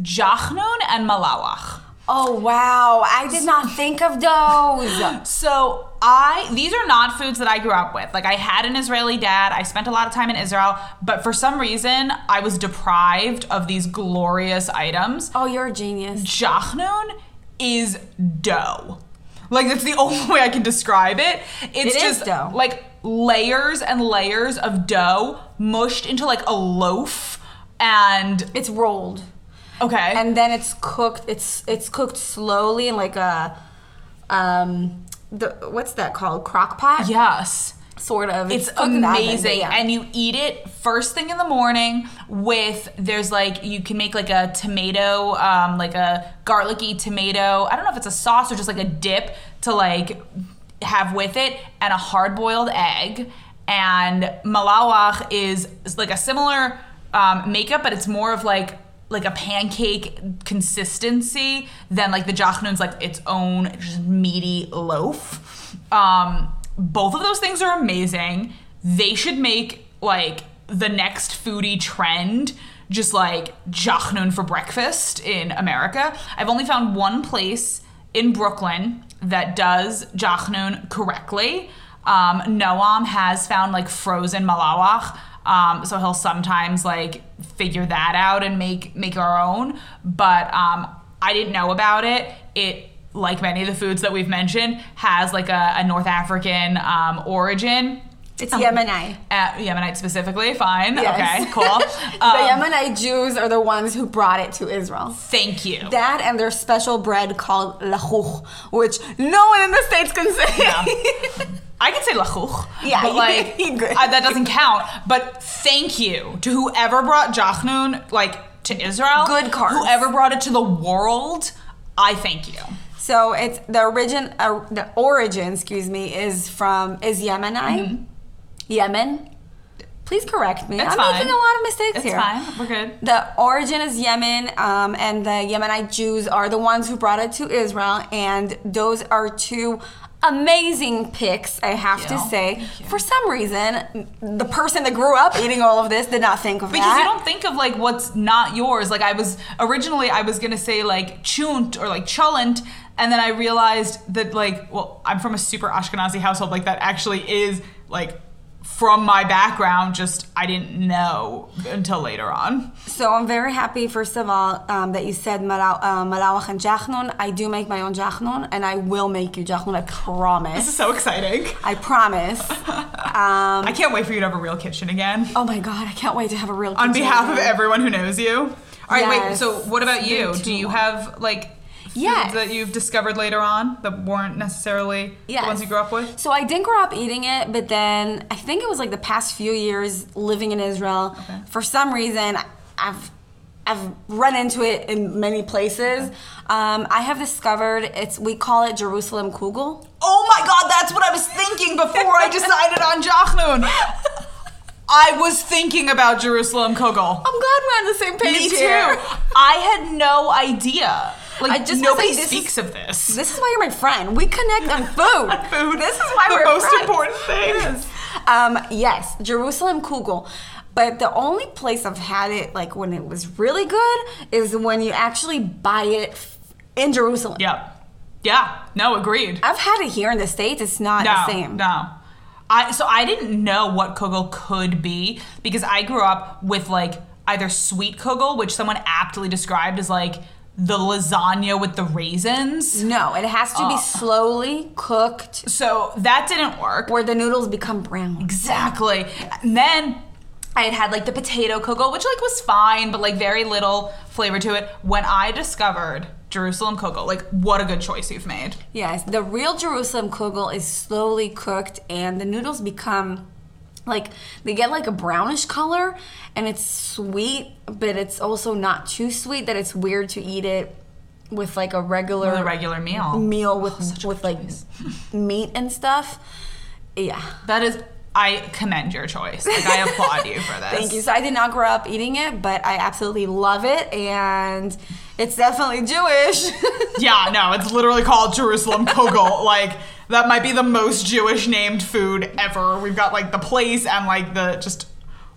Speaker 1: Jachnun and malawach.
Speaker 2: Oh wow! I did not think of those.
Speaker 1: So I these are not foods that I grew up with. Like I had an Israeli dad. I spent a lot of time in Israel, but for some reason I was deprived of these glorious items.
Speaker 2: Oh, you're a genius.
Speaker 1: Jachnun is dough. Like that's the only way I can describe it. It's
Speaker 2: It is
Speaker 1: just
Speaker 2: dough.
Speaker 1: like layers and layers of dough mushed into like a loaf and
Speaker 2: It's rolled,
Speaker 1: okay.
Speaker 2: and then it's cooked. It's it's cooked slowly in like a, um, the what's that called? Crock pot.
Speaker 1: yes.
Speaker 2: Sort of.
Speaker 1: It's
Speaker 2: cooked in the oven, but
Speaker 1: amazing.
Speaker 2: yeah.
Speaker 1: And you eat it first thing in the morning with there's like you can make like a tomato, um, like a garlicky tomato. I don't know if it's a sauce or just like a dip to like have with it and a hard boiled egg. And malawach is is like a similar um, makeup, but it's more of like like a pancake consistency than like the jachnun's like its own just meaty loaf. Um, both of those things are amazing. They should make like the next foodie trend, just like jachnun for breakfast in America. I've only found one place in Brooklyn that does jachnun correctly. Um, Noam has found like frozen malawach, um, so he'll sometimes like figure that out and make make our own. But um, I didn't know about it. It like many of the foods that we've mentioned has like a, a North African um, origin.
Speaker 2: it's Yemeni.
Speaker 1: Uh, Yemenite specifically, fine.
Speaker 2: Yes.
Speaker 1: Okay, cool.
Speaker 2: the
Speaker 1: Um,
Speaker 2: Yemenite Jews are the ones who brought it to Israel.
Speaker 1: thank you.
Speaker 2: That and their special bread called lachuch, which no one in the states can say.
Speaker 1: I can say lachuch.
Speaker 2: Yeah,
Speaker 1: but
Speaker 2: you-
Speaker 1: like
Speaker 2: you good.
Speaker 1: I- that doesn't count. But thank you to whoever brought jachnun like to Israel.
Speaker 2: Good carbs.
Speaker 1: Whoever brought it to the world, I thank you.
Speaker 2: so it's the origin. Uh, the origin, excuse me, is from is Yemenite,
Speaker 1: Mm-hmm.
Speaker 2: Yemen. Please correct me. I'm
Speaker 1: fine.
Speaker 2: making a lot of mistakes
Speaker 1: It's
Speaker 2: here.
Speaker 1: fine. We're good.
Speaker 2: The origin is Yemen, um, and the Yemenite Jews are the ones who brought it to Israel, and those are two amazing picks, I have to
Speaker 1: you.
Speaker 2: say. For some reason, the person that grew up eating all of this did not think of
Speaker 1: Because
Speaker 2: that.
Speaker 1: you don't think of like what's not yours. Like I was originally I was gonna say like chunt or like chulant, and then I realized that like well I'm from a super Ashkenazi household. Like that actually is like from my background. Just I didn't know until later on.
Speaker 2: So I'm very happy, first of all, um, that you said malaw- uh, malawach and jachnun. I do make my own jachnun, and I will make you jachnun. I
Speaker 1: This
Speaker 2: promise.
Speaker 1: is so exciting.
Speaker 2: I promise. Um,
Speaker 1: I can't wait for you to have a real kitchen again.
Speaker 2: oh my god, I can't wait to have a real.
Speaker 1: On behalf of everyone who knows you. All right, wait.
Speaker 2: Yes.
Speaker 1: So what about
Speaker 2: It's
Speaker 1: you?
Speaker 2: been too
Speaker 1: Do you
Speaker 2: long.
Speaker 1: have like foods
Speaker 2: Yes.
Speaker 1: that you've discovered later on that weren't necessarily
Speaker 2: Yes.
Speaker 1: the ones you grew up with?
Speaker 2: So I didn't grow up eating it, but then I think it was like the past few years living in Israel. For some reason, I've I've run into it in many places. Um, I have discovered it's we call it Jerusalem kugel.
Speaker 1: Oh my god, that's what I was thinking before I decided on Jachnun. I was thinking about Jerusalem Kogol.
Speaker 2: I'm glad we're on the same page
Speaker 1: Oh, Me too.
Speaker 2: here.
Speaker 1: I had no idea. Like
Speaker 2: I just wanna
Speaker 1: nobody
Speaker 2: say this
Speaker 1: speaks of this.
Speaker 2: This is why you're my friend. We connect on food.
Speaker 1: Food.
Speaker 2: This is why
Speaker 1: the
Speaker 2: we're
Speaker 1: most
Speaker 2: friends.
Speaker 1: important thing.
Speaker 2: Um, yes, Jerusalem Kugel. But the only place I've had it, like when it was really good, is when you actually buy it f- in Jerusalem.
Speaker 1: Yep. Yeah. No. Agreed.
Speaker 2: I've had it here in the States. It's not
Speaker 1: no,
Speaker 2: the same.
Speaker 1: No. I so I didn't know what kugel could be because I grew up with like either sweet kugel, which someone aptly described as like the lasagna with the raisins.
Speaker 2: No, it has to be
Speaker 1: Oh.
Speaker 2: slowly cooked
Speaker 1: So that didn't work.
Speaker 2: where the noodles become brown.
Speaker 1: Exactly. And then I had had like the potato kugel, which like was fine, but like very little flavor to it. When I discovered Jerusalem kugel, like what a good choice you've made.
Speaker 2: Yes, the real Jerusalem kugel is slowly cooked and the noodles become like they get like a brownish color and it's sweet, but it's also not too sweet that it's weird to eat it with like a regular Oh,
Speaker 1: A regular meal.
Speaker 2: meal with with like meat and stuff. Yeah.
Speaker 1: That is, I commend your choice. Like I applaud you for this.
Speaker 2: Thank you. So I did not grow up eating it, but I absolutely love it and it's definitely Jewish.
Speaker 1: Yeah, no, it's literally called Jerusalem Kogel. like that might be the most Jewish named food ever. We've got like the place and like the just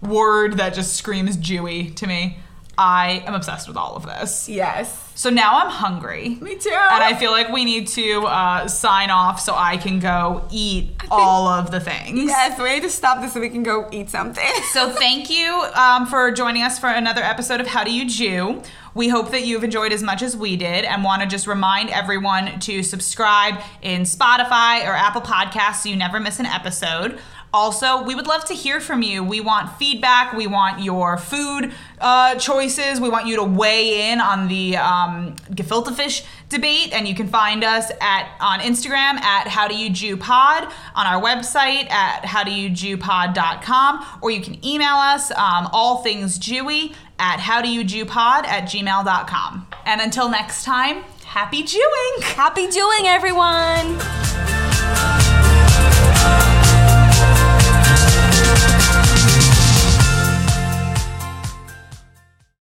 Speaker 1: word that just screams Jewy to me. I am obsessed with all of this.
Speaker 2: Yes.
Speaker 1: So now I'm hungry.
Speaker 2: Me too.
Speaker 1: And I feel like we need to uh, sign off so I can go eat all of the things.
Speaker 2: Yes, we need to stop this so we can go eat something.
Speaker 1: So thank you um, for joining us for another episode of How Do You Jew. We hope that you've enjoyed as much as we did and want to just remind everyone to subscribe in Spotify or Apple Podcasts so you never miss an episode. Also, we would love to hear from you. We want feedback. We want your food uh, choices. We want you to weigh in on the um, gefilte fish debate. And you can find us at on Instagram at How Do You Jew Pod, on our website at howdoyoujewpod.com, or you can email us um, all things Jewy at howdoyoujewpod at gmail.com. And until next time, happy Jewing!
Speaker 2: Happy doing, everyone.